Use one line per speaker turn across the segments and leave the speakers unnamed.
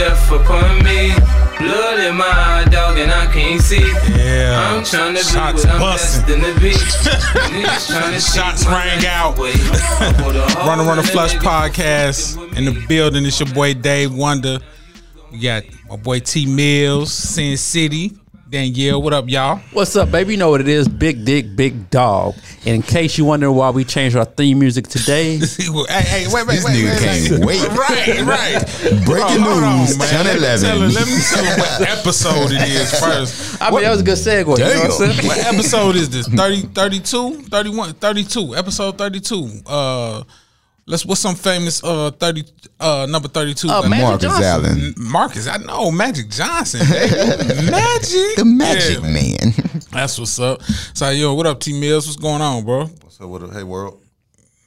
upon me. Blood in my eye, dog, and I can't see.
Yeah.
I'm trying to
Shots
be what
busting.
I'm destined to be. Niggas tryna
Shots
take my
rang
life
out.
away. I put a hole
Runner
in
Runner
that
Flush
nigga.
Podcast in the building. It's your boy Dave Wonder. We got my boy T Mills, Sin City, Danielle. What up, y'all?
What's up, baby? You know what it is. Big dick, big dog. And in case you wonder why we changed our theme music today,
hey, hey, wait, wait,
This
wait, wait,
nigga can't wait.
Right, right.
Breaking
Hold on,
news,
man. Let
channel
me tell her-
11.
Let me tell her what episode it is first.
I mean, that was a good segue. You know what I'm
Damn.
saying?
What episode is this? 30, 32? 31, 32. Episode 32. Uh, let's, what's some famous uh, 30, uh, number 32?
Uh, Magic
Marcus
Johnson.
Allen,
Marcus, I know Magic Johnson. baby. Magic,
the Magic
Yeah,
Man.
that's what's up. So yo, what up, T Mills? What's going on, bro?
So what? up? Hey world.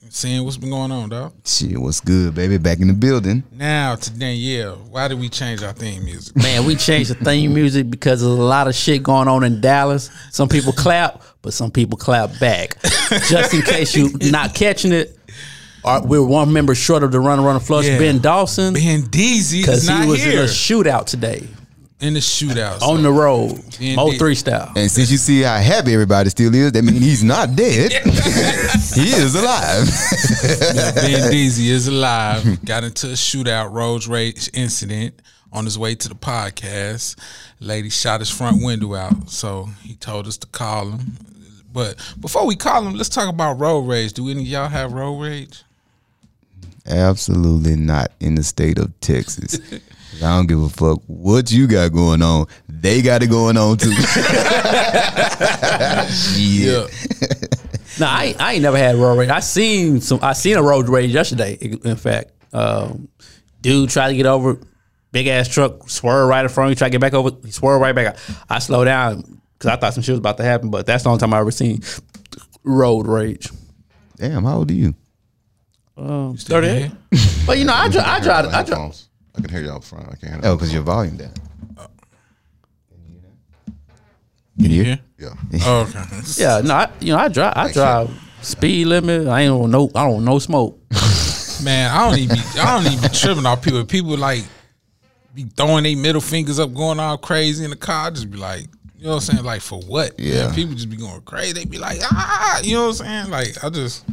Seeing what's been going on, dog.
Shit, what's good, baby? Back in the building.
Now to Danielle, why did we change our theme music?
Man, we changed the theme music because there's a lot of shit going on in Dallas. Some people clap, but some people clap back. Just in case you not catching it, our- we're one member short of the runner, runner, flush,
Yeah.
Ben Dawson,
Ben Deezy
because
is not
he was in
here
a shootout today
in the shootout.
on the road,
Ben
Mo
did.
three style.
And since you see how happy everybody still is, that means he's not dead. he is alive.
Ben Deezy is alive. Got into a shootout road rage incident on his way to the podcast. Lady shot his front window out, so he told us to call him. But before we call him, let's talk about road rage. Do any of y'all have road rage?
Absolutely not in the state of Texas. I don't give a fuck what you got going on. They got it going on too. yeah.
No, I, ain't- I ain't never had road rage. I seen some. I seen a road rage yesterday. In fact, um, dude tried to get over, big ass truck swerved right in front of me. Tried to get back over, he swerved right back. I, I slowed down because I thought some shit was about to happen. But that's the only time I ever seen road rage.
Damn, how old are you?
Thirty-eight. But you know, I dri I drive. I drive.
Headphones. I can hear y'all up front. I can't hear.
Oh, because your volume down.
Can you hear?
Yeah.
Oh, okay.
Yeah, no, I, you know, I drive. I drive speed limit. I ain't on no. I don't no smoke.
Man, I don't even I don't even tripping off people. People like be throwing their middle fingers up, going all crazy in the car. I just be like, you know what I'm saying? Like for what? Man,
Yeah.
people just be going crazy. They be like, ah, you know what I'm saying? Like I just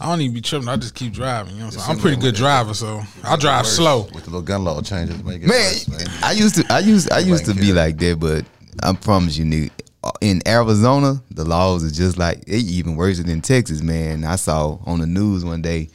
I don't even be tripping. I just keep driving. You know what I'm saying? I'm a pretty good driver, so I drive slow.
With the little gun law changes, make it
Man,
worse, man.
I used to, I used, I used to
Like,
be
yeah.
like that, but I promise you, nigga, uh, in Arizona, the laws are just like they even worse than Texas, man. I saw on the news one day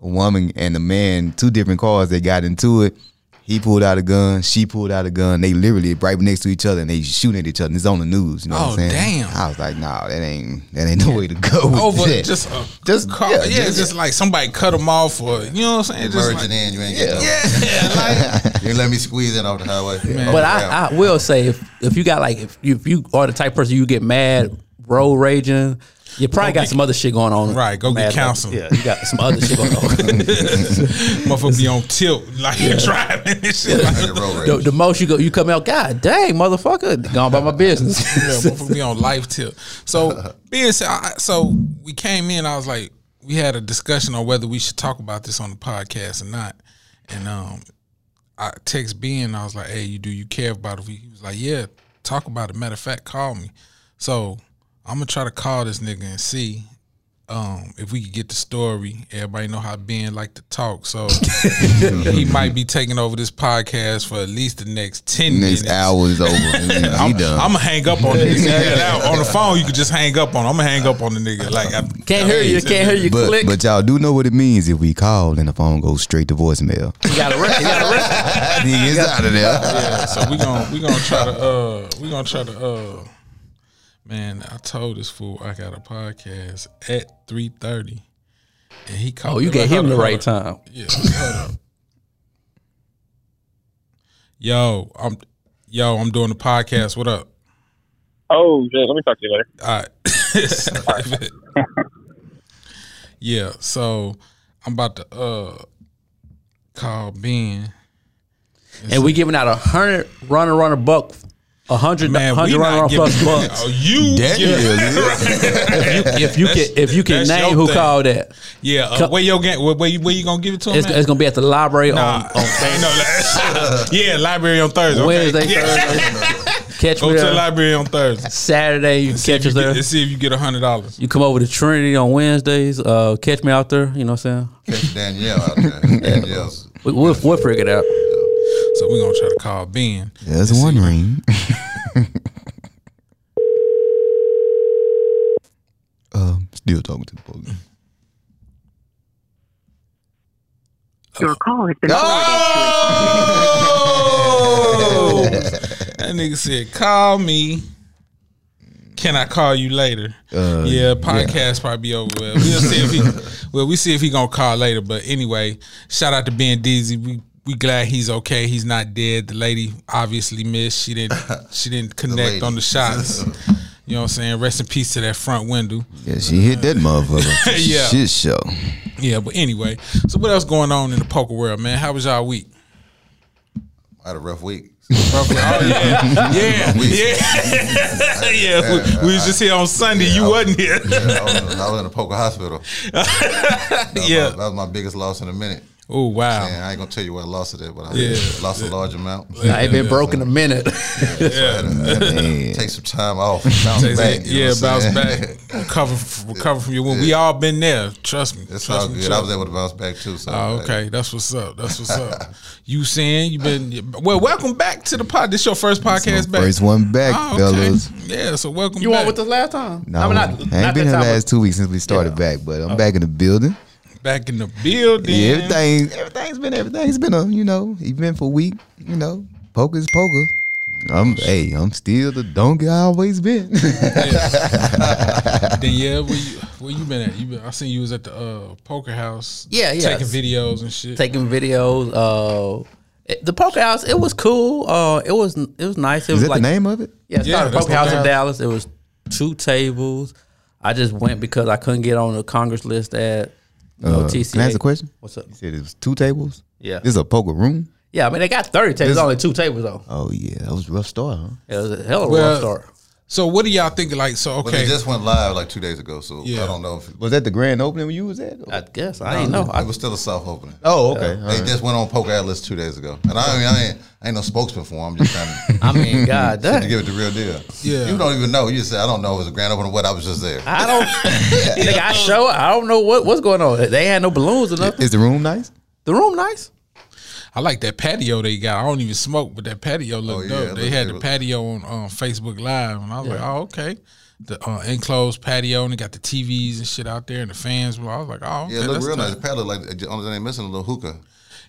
a woman and a man, two different cars, they got into it. He pulled out a gun, she pulled out a gun. They literally right next to each other and they shooting at each other. And it's on the news, you know
Oh,
what I'm saying?
damn.
I was like, nah, that ain't that ain't no way to go. with
Over
that.
just a
Just-
car. Yeah,
yeah,
it's
just-
just like somebody cut them off or you know what I'm saying? Just
merging
like,
in, you ain't getting
yeah, like
no. You let me squeeze in off the highway.
But I, I will say if if you got like if you, if you are the type of person you get mad, road raging, you probably got some other shit going on.
Right, go get
Mad-
counseling.
Yeah, you got some other shit going on.
motherfucker be on tilt like you're driving and shit. Like,
Like a road
the,
rage.
the most you go, you come out. God dang, motherfucker, gone by my business.
Yeah, motherfucker be on life tip. So being so, I, so we came in, I was like, we had a discussion on whether we should talk about this on the podcast or not. And um I text Ben, I was like, Hey, you do you care about it? He was like, Yeah, talk about it. Matter of fact, call me. So I'm gonna try to call this nigga and see. Um, if we could get the story, everybody know how Ben like to talk, so he might be taking over this podcast for at least the next ten minutes.
Next hour is over. he done.
I'm gonna hang up on the nigga. Yeah, that- on the phone, you can just hang up on. I'm gonna hang up on the nigga. Like, I,
Can't hear you. Can't hear you.
but,
click.
but y'all do know what it means if we call and the phone goes straight to voicemail.
you got to rest. You got to rest.
Nigga, it's out of there.
Yeah, so we gonna we gonna try to uh we gonna try to uh man. I told this fool I got a podcast at three thirty, and he called.
Oh, you
me. Like,
gave him
hold
the
up,
right
hold up.
time.
Yeah, hold up. Yo, I'm yo, I'm doing the podcast. What up?
Oh, shit. Let me talk to you later.
All right. yeah, so I'm about to uh call Ben.
And we giving out a hundred runner runner buck a hundred,
Man, we
hundred
not
run around
giving-
plus bucks.
Oh, you
That
give-
is it.
if you can, if you can
That's
name
your
who
thing.
called that,
yeah, uh,
Come-
where your game? Where, where, you, where you gonna give it to him?
it's,
at?
it's gonna be at the library
Nah.
on, on
no, like- yeah, library on Thursday. okay.
Wednesday,
Yeah.
Thursday. Catch
Go
me
to the
there.
library on Thursday.
Saturday, you can catch us
You get-
there.
Let's see if you get a hundred dollars.
You come over to Trinity on Wednesdays. Uh, catch me out there. You know what I'm saying?
Catch Danielle out there. Danielle.
We, we'll, we'll figure it out.
So we're gonna try to call Ben.
There's one ring. um, still talking to the book.
Your call has been
Oh! that nigga said, "Call me." Can I call you later? yeah, podcast probably be over. With. We'll see if he, well, we see if he gonna call later. But anyway, shout out to Ben Deasy. We we glad he's okay. He's not dead. The lady obviously missed. She didn't she didn't connect
lady.
on the shots. you know what I'm saying? Rest in peace to that front window.
Yeah, she hit that motherfucker.
Yeah.
Shit show.
Yeah, but anyway. So what else going on in the poker world, man? How was y'all week?
I had a rough week.
Oh yeah, yeah, yeah, yeah. We, we was just here on Sunday. you wasn't here.
I was, in- I was in the poker hospital. That was
Yeah.
my, that was my biggest loss in a minute.
Oh wow.
And I ain't gonna tell you what I lost it at, but I
Yeah.
lost a large amount.
I ain't been broke in a minute.
Man.
Take some time off, bounce back. you know
yeah,
what I'm
bounce
saying?
back, recover, f- recover from your wound. We all been there. Trust me.
It's
Trust
all
me,
good.
trust
I
me.
was able to bounce back too. So
Oh,
like,
okay, that's what's up. That's what's up. You saying you been well? Welcome back to the pod. This your first podcast back.
First one back,
Oh, okay.
fellas.
Yeah, so welcome.
You
back.
on with us last time?
No, I, ain't been here the last two weeks since we started back, but
Oh.
I'm back in the building.
back in the building.
Yeah, everything, everything's been everything. It's been a you know eventful week. You know, poker's poker. I'm hey, I'm still the donkey I always been.
Then yeah, where you where you been at? You been, I seen you was at the uh, poker house.
Yeah, yeah.
Taking videos and shit.
Taking videos. Uh, it- the poker house. It was cool. Uh, it was it was nice. It
Is
was
that
like
the name of it?
yeah, it's
Yeah,
called the
that's
poker house
the
in
name.
Dallas. It was two tables. I just went because I couldn't get on the Congress list at you know,
Uh,
TCA.
Can I ask a question?
What's up?
You said it was two tables.
Yeah.
this is a poker room.
Yeah, I mean they got thirty tables. Only two tables though.
Oh yeah, that was a rough start, huh?
It was a hell of a
Well,
rough start.
So what do y'all think? Like, so
But
okay,
it just went live like two days ago, so
Yeah.
I don't know if it,
Was that the grand opening when you was at?
I guess I didn't know.
it
I,
was still a soft opening.
oh, okay. all right.
They just went on Poker Atlas two days ago, and I mean, I ain't, I ain't no spokesman for 'em. I'm just trying to,
I mean, God
to
damn.
give it the real deal.
Yeah.
you don't even know. You just say I don't know. if It was a grand opening. or What I was just there.
I don't. nigga, I show. up, I don't know what what's going on. They had no balloons or nothing.
Is the room nice?
The room nice.
I like that patio they got. I don't even smoke, but that patio
Oh,
looked
yeah,
dope.
it
They
look-
had
it
the
look-
patio on um, Facebook Live, and I was like, oh okay. The uh, enclosed patio, and they got the TVs and shit out there, and the fans. Well, I was like, oh, okay,
yeah, it looked
that's
real nice.
nice.
The pad looked like the only thing they missing a little hookah.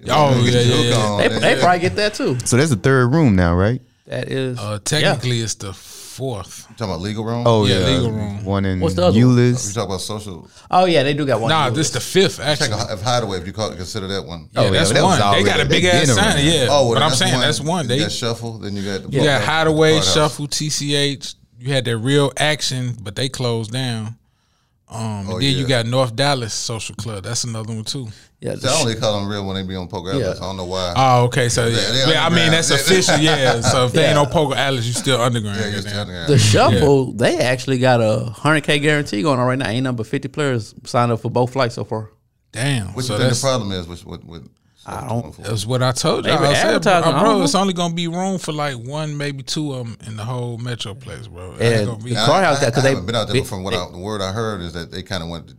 Oh,
Get
yeah, yeah,
your hookah
yeah.
on,
They,
and
they
yeah.
probably get that too.
So that's the third room now, right?
That is
Uh, technically, it's the fourth.
You talking about legal room.
Oh
Yeah,
yeah,
legal room.
One in
What's the other one?
you
Euless.
talking about social.
Yeah. Oh yeah, they do got one.
Nah, this the fifth
Check
actually.
a, if hideaway if you call, consider that one.
Oh,
Yeah,
yeah,
that's
that was
one. They
already-
got a
they
big ass
been
sign.
around.
Yeah,
Oh, well,
but
then
I'm saying that's one.
Then
They
you got shuffle. Then you got the
Yeah,
the
Hideaway,
Courthouse.
Shuffle, TCH. You had that real action, but they closed down. Um,
Oh,
and then
yeah.
you got North Dallas Social Club. That's another one too.
yeah, the
I
sh-
only call them real when they be on poker outlets. I don't know why.
Oh, okay. So yeah,
they
Yeah, I mean
underground.
that's
They-
official. Yeah. So if they ain't
Yeah.
on Poker Atlas, you still underground.
yeah, you're
goddamn.
telling me.
the shuffle. They actually got a hundred k guarantee going on right now. Ain't number fifty players signed up for both flights so far.
Damn.
What
so
you think the
that's,
problem is? Which what what? I
don't-
that's what I told you.
They were
I said, bro,
advertising, I don't
bro, it's
know.
only gonna be room for like one, maybe two of them in the whole metroplex, bro. It ain't
And
gonna be-
the courthouse that because they
I haven't been out there, but from what
they-
I, the word I heard is that they kind of went the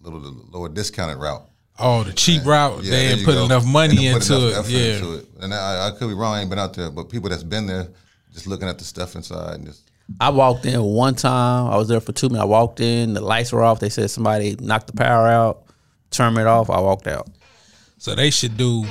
little the lower discounted route.
oh, the cheap route.
Yeah,
they
there
didn't
you
put
go.
enough money
They didn't put
into it.
enough effort
Yeah.
into it. and I, I could be wrong. I ain't been out there, but people that's been there, just looking at the stuff inside and just
I walked in one time. I was there for two minutes. I walked in. The lights were off. They said somebody knocked the power out. Turn it off. I walked out.
So they should do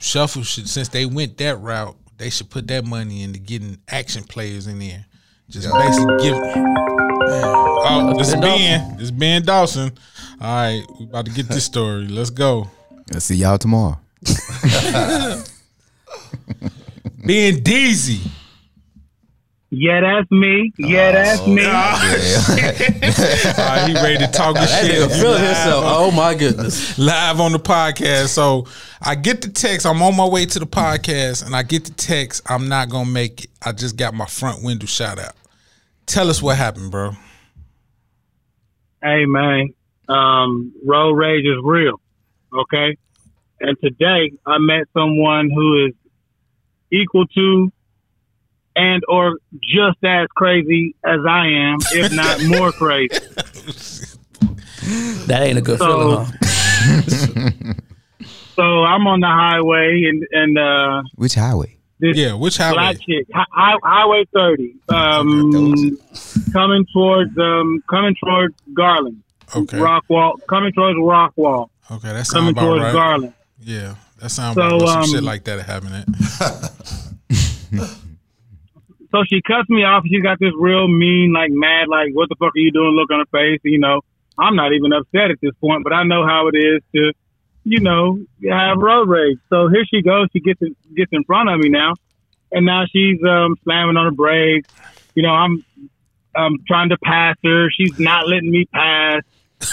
shuffle should since they went that route, they should put that money into getting action players in there. Just basically give Oh, this
Ben
Ben. This Ben Dawson. All right, we about to get this story. Let's go.
I'll see y'all tomorrow.
Ben Deasy.
Yeah, that's me. Yeah, that's me.
Alright, he ready to talk his
That
shit.
nigga
You
feeling
live
himself.
on-
Oh my goodness.
live on the podcast. So I get the text. I'm on my way to the podcast, and I get the text. I'm not gonna make it. I just got my front window shot out. Tell us what happened, bro.
Hey man, um, road rage is real, okay? And today I met someone who is equal to and or just as crazy as I am, if not more crazy.
That ain't a good
So-
feeling, huh?
So I'm on the highway and and uh,
Which highway?
this
Yeah, which highway?
black chick, hi- hi- Highway 30, um, coming towards um, coming towards Garland,
Okay,
Rockwall, coming towards Rockwall,
okay, that sounds
coming
about
towards
right.
Garland.
Yeah, that sounds
So,
about right. Some
um,
shit like that happening.
So she cuts me off. She got this real mean, like mad, like what the fuck are you doing? Look on her face. You know, I'm not even upset at this point, but I know how it is to, you know, have road rage. So here she goes. She gets in, gets in front of me now, and now she's um, slamming on her brakes. You know, I'm I'm trying to pass her. She's not letting me pass.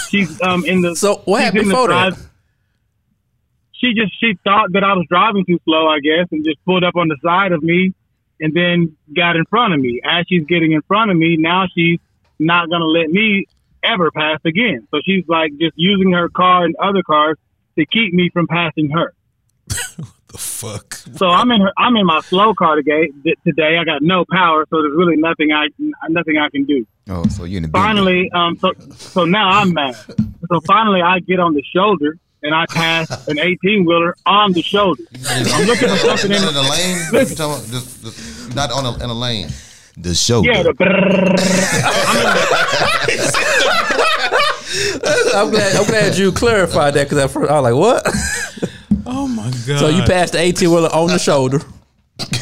She's um in the
So what
she's
happened
in the
before
side-
that?
She just she thought that I was driving too slow, I guess, and just pulled up on the side of me and then got in front of me. As she's getting in front of me, now she's not gonna let me ever pass again. So she's like just using her car and other cars to keep me from passing her.
the fuck.
So I'm in her, I'm in my slow car today. Today I got no power, so there's really nothing I nothing I can do
Oh, so you in the
finally, um, so so now I'm mad. So finally, I get on the shoulder and I pass an 18 wheeler on the shoulder. I'm looking for something in
Not in
the
the lane. You talking about just, just not on a, in a lane.
the show.
yeah, the brrrr.
I'm glad. I'm glad you clarified that because at first I was like, "What?"
Oh my god.
So you passed the 18 wheeler on the shoulder.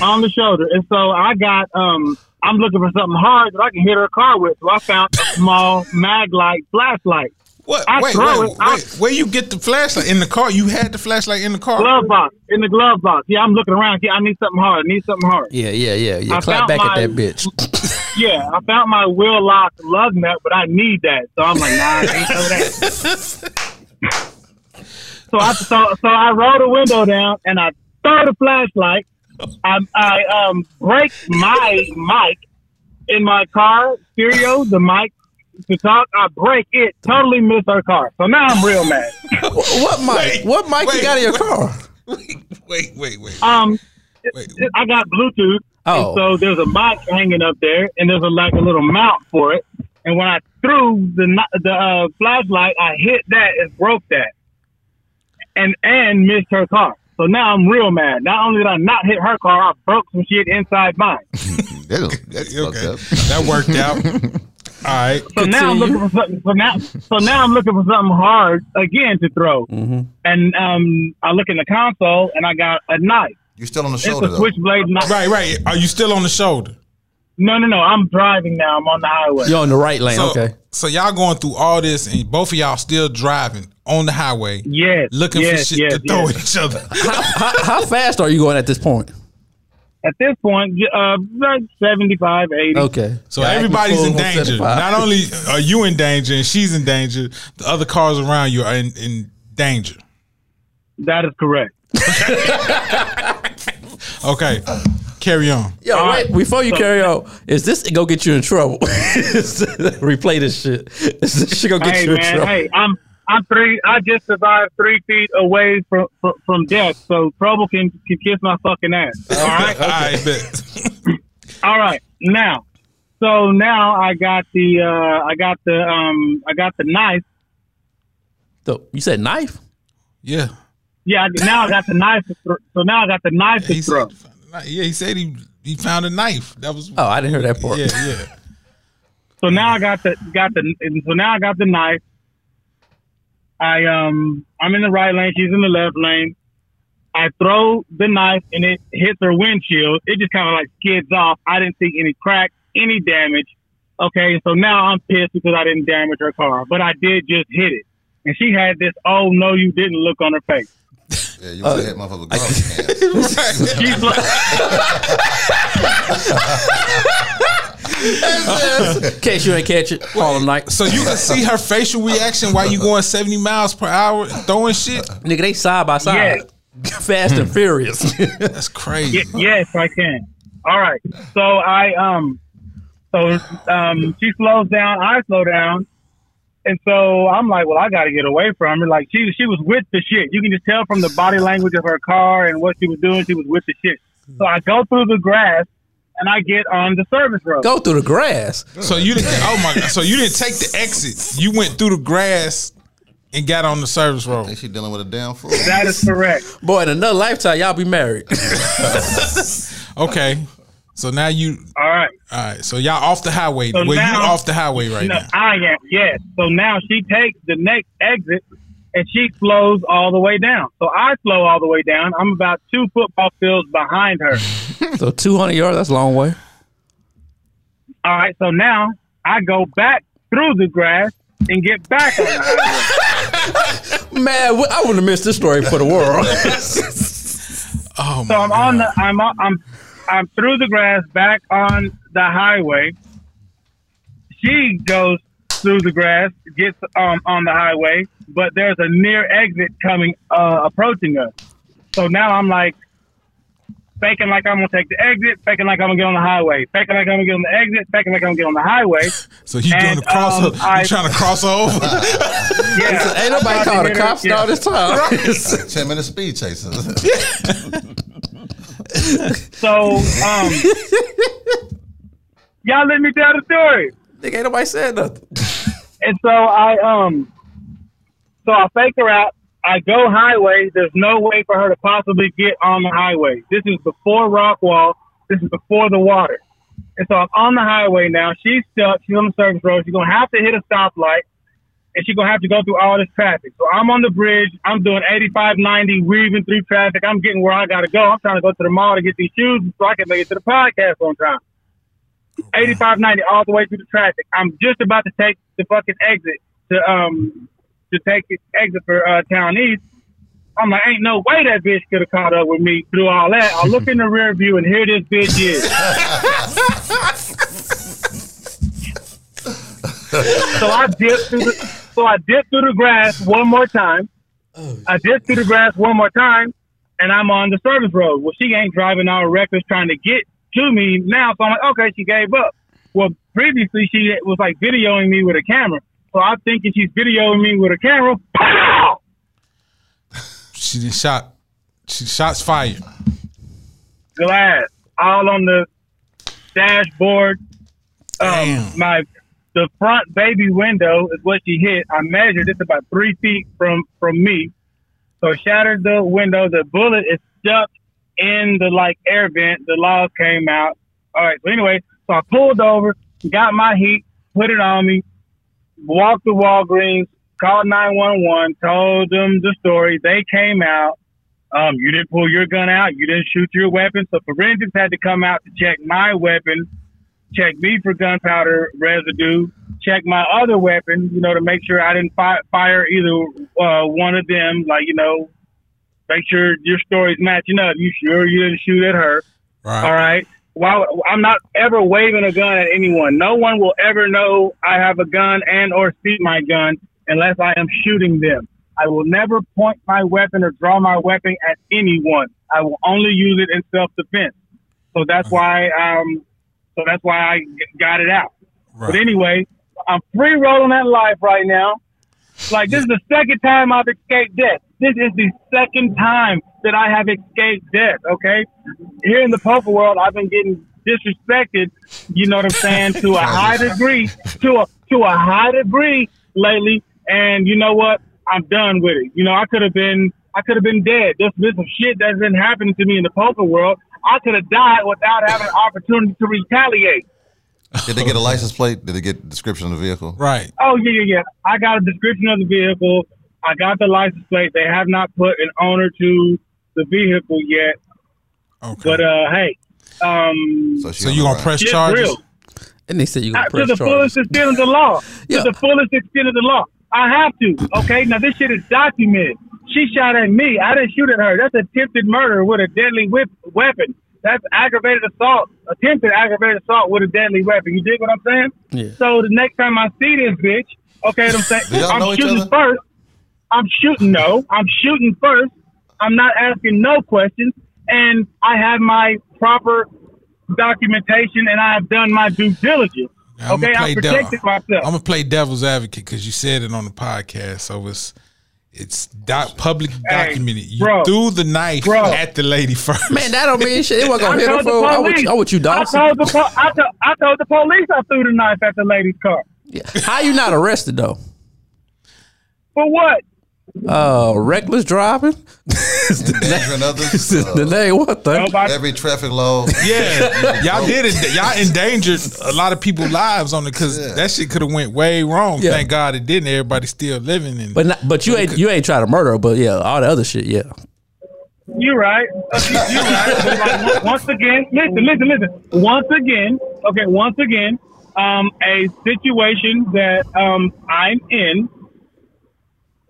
on the shoulder. And so I got um, I'm looking for something hard that I can hit her car with. So I found a small mag light flashlight,
What?
I
wait,
throw
wait,
it,
wait.
I-
Where you get the flashlight in the car? You had the flashlight in the car.
glove box in the glove box. Yeah, I'm looking around. Yeah, I need something hard. I need something hard.
Yeah, yeah, yeah, yeah.
I
Clap
found
back at
my-
that bitch.
Yeah, I found my wheel lock lug nut, but I need that. So I'm like, nah, I ain't none of that. so I so, so I roll the window down and I throw the flashlight. I, I um break my mic in my car stereo, the mic to talk. I break it, totally miss her car. So now I'm real mad.
Wh- What mic?
Wait,
What mic you
wait,
got in your
wait.
car?
Wait, wait, wait, wait.
Um,
wait.
I got Bluetooth.
Oh.
And so there's a mic hanging up there, and there's a, like a little mount for it. And when I threw the kn- the uh, flashlight, I hit that and broke that, and and missed her car. So now I'm real mad. Not only did I not hit her car, I broke some shit inside mine.
That, that's
Okay,
fucked up.
that worked out. All right.
So now I'm
Continue.
looking for something. So now, so now I'm looking for something hard again to throw.
Mm-hmm.
And um, I look in the console, and I got a knife.
You still on the
It's
shoulder
a
though.
switchblade knife.
Right, right. Are you still on the shoulder?
No, no, no. I'm driving now. I'm on the highway.
You're on the right lane.
So,
okay.
So y'all going through all this, and both of y'all still driving on the highway,
Yes.
looking
yes,
for shit
yes,
to throw
yes.
at each other.
How, how fast are you going at this point?
At this point, j- uh, like 75, 80.
Okay.
So
Yeah, I can
everybody's
pull
in
one
danger.
75.
Not only are you in danger, and she's in danger. The other cars around you are in, in danger.
That is correct.
Okay, carry on.
Yo,
All
wait,
right.
before you carry on, is this gonna get you in trouble? Replay this shit. Is this shit gonna get
hey,
you in
man.
trouble?
Hey, I'm I'm three. I just survived three feet away from from, from death. So trouble can can kiss my fucking ass.
Uh-huh.
All right.
All right, bet.
All right. Now, so now I got the uh, I got the um I got the knife.
So, you said knife?
yeah.
Yeah. I, now I got the knife. To throw. So now I got the knife
He
to throw.
said, yeah, he said he he found a knife. That was
Oh, I didn't hear that part.
yeah, yeah.
So now I got the got the and so now I got the knife. I um I'm in the right lane. She's in the left lane. I throw the knife and it hits her windshield. It just kind of like skids off. I didn't see any crack, any damage. Okay, so now I'm pissed because I didn't damage her car, but I did just hit it. And she had this, oh no, you didn't look on her face.
Yeah, you would have hit motherfucker garbage can.
Right.
She's like,
In case you ain't catch it, call him like
So you can see her facial reaction while you going 70 miles per hour throwing shit.
nigga. They side by side, Fast and Furious.
That's crazy.
Y- yes, I can. All right. So I um, so um, she slows down. I slow down, and so I'm like, well, I got to get away from her. Like she she was with the shit. You can just tell from the body language of her car and what she was doing. She was with the shit. So I go through the grass and I get on the service road.
Go through the grass.
So you didn't. Oh my god. So you didn't take the exit. You went through the grass and got on the service road.
Ain't she dealing with a damn fool?
That is correct.
Boy, in another lifetime, y'all be married.
Okay. So now you.
All right.
All right. So y'all off the highway.
So
well, you
now-
off the highway right
No,
now.
I am. Yes. So now she takes the next exit and she slows all the way down. So I slow all the way down. I'm about two football fields behind her.
so two hundred yards. That's a long way.
All right. So now I go back through the grass and get back on the highway.
Man, wh- I wouldn't have missed this story for the world.
Oh
So
my.
I'm on the I'm on, I'm I'm through the grass back on the highway. She goes through the grass, gets um, on the highway, but there's a near exit coming uh, approaching us. So now I'm like faking like I'm gonna take the exit, faking like I'm gonna get on the highway, faking like I'm gonna get on the exit, faking like I'm gonna get on the highway.
So you doing
And,
the cross?
um,
over
I-
you trying to cross over?
Yeah,
Ain't nobody called the cops all this time.
Ten minutes speed chasing.
So um, y'all let me tell the story.
Nigga, ain't nobody said nothing.
And so I um so I fake her out. I go highway. There's no way for her to possibly get on the highway. This is before rock wall. This is before the water. And so I'm on the highway now. She's stuck. She's on the service road. She's gonna have to hit a stoplight, and she's gonna have to go through all this traffic. So I'm on the bridge. I'm doing 85, 90, weaving through traffic. I'm getting where I gotta go. I'm trying to go to the mall to get these shoes so I can make it to the podcast on time. 85, 90, all the way through the traffic. I'm just about to take the fucking exit to um to take the exit for uh, Town East. I'm like, ain't no way that bitch could have caught up with me through all that. I look in the rear view and here this bitch is. so I dip through the, so I dip through the grass one more time. I dip through the grass one more time, and I'm on the service road. Well, she ain't driving all reckless trying to get to me now, so I'm like, okay, she gave up. Well, previously she was like videoing me with a camera, so I'm thinking she's videoing me with a camera. Pow!
She did shot. She shots fired.
glass all on the dashboard. Um,
Damn.
my the front baby window is what she hit. I measured it's about three feet from from me, so shattered the window. The bullet is stuck in the like air vent. The log came out. All right. So anyway, so I pulled over, got my heat, put it on me, walked to Walgreens, called nine one one, told them the story. They came out. Um, you didn't pull your gun out. You didn't shoot your weapon. So forensics had to come out to check my weapon, check me for gunpowder residue, check my other weapon, you know, to make sure I didn't fi- fire either uh, one of them. Like, you know, make sure your story's matching up. You sure you didn't shoot at her?
Right.
All right. While I'm not ever waving a gun at anyone, no one will ever know I have a gun and or see my gun unless I am shooting them. I will never point my weapon or draw my weapon at anyone. I will only use it in self defense. So that's why um so that's why I g- got it out. But
Right.
anyway, I'm free rolling that life right now. Like this is the second time I've escaped death. This is the second time that I have escaped death. Okay, here in the poker world, I've been getting disrespected. You know what I'm saying? To a high degree, to a to a high degree lately. And you know what? I'm done with it. You know, I could have been I could have been dead. There's been some shit that's been happening to me in the poker world. I could have died without having an opportunity to retaliate.
Did they get a license plate? Did they get description of the vehicle?
Right.
Oh yeah, yeah, yeah. I got a description of the vehicle. I got the license plate. They have not put an owner to the vehicle yet.
Okay.
But uh, hey, um,
she
so
on
you
the
gonna
run.
press
shit's
charges?
real.
And they said you
I-
gonna
to
press
the
charges.
fullest extent of the law.
Yeah.
To the fullest extent of the law. I have to. Okay. Now this shit is documented. She shot at me. I didn't shoot at her. That's attempted murder with a deadly whip, weapon. that's aggravated assault, attempted aggravated assault with a deadly weapon. You dig what I'm saying?
Yeah.
So the next time I see this bitch, okay, what I'm saying
Do y'all know
I'm
each
shooting
other?
first. I'm shooting no. I'm shooting first. I'm not asking no questions, and I have my proper documentation, and I have done my due diligence.
I'ma
okay,
play
I'm
devil-
protecting myself.
I'm gonna play devil's advocate because you said it on the podcast, so it's it's doc, public
Hey,
documented. You
bro.
threw the knife
Bro.
at the lady first.
Man, that don't mean shit. It wasn't
I
gonna hit her
told the
for. I with,
police.
I with you,
I
Dawson.
told the po- I, to- I told the police I threw the knife at the lady's car.
Yeah. How you not arrested though?
For what?
Uh, reckless driving.
Endangering others.
the
uh,
name what thing?
Nobody.
every traffic law.
yeah, y'all did it. Y'all endangered a lot of people's lives on it because that shit could have went way wrong.
Yeah.
Thank God it didn't. Everybody's still living in.
But not, but you ain't you ain't try to murder her. But yeah, all the other shit. Yeah.
You right. You you right. But like, on- once again, listen, listen, listen. Once again, okay. Once again, um, a situation that um I'm in,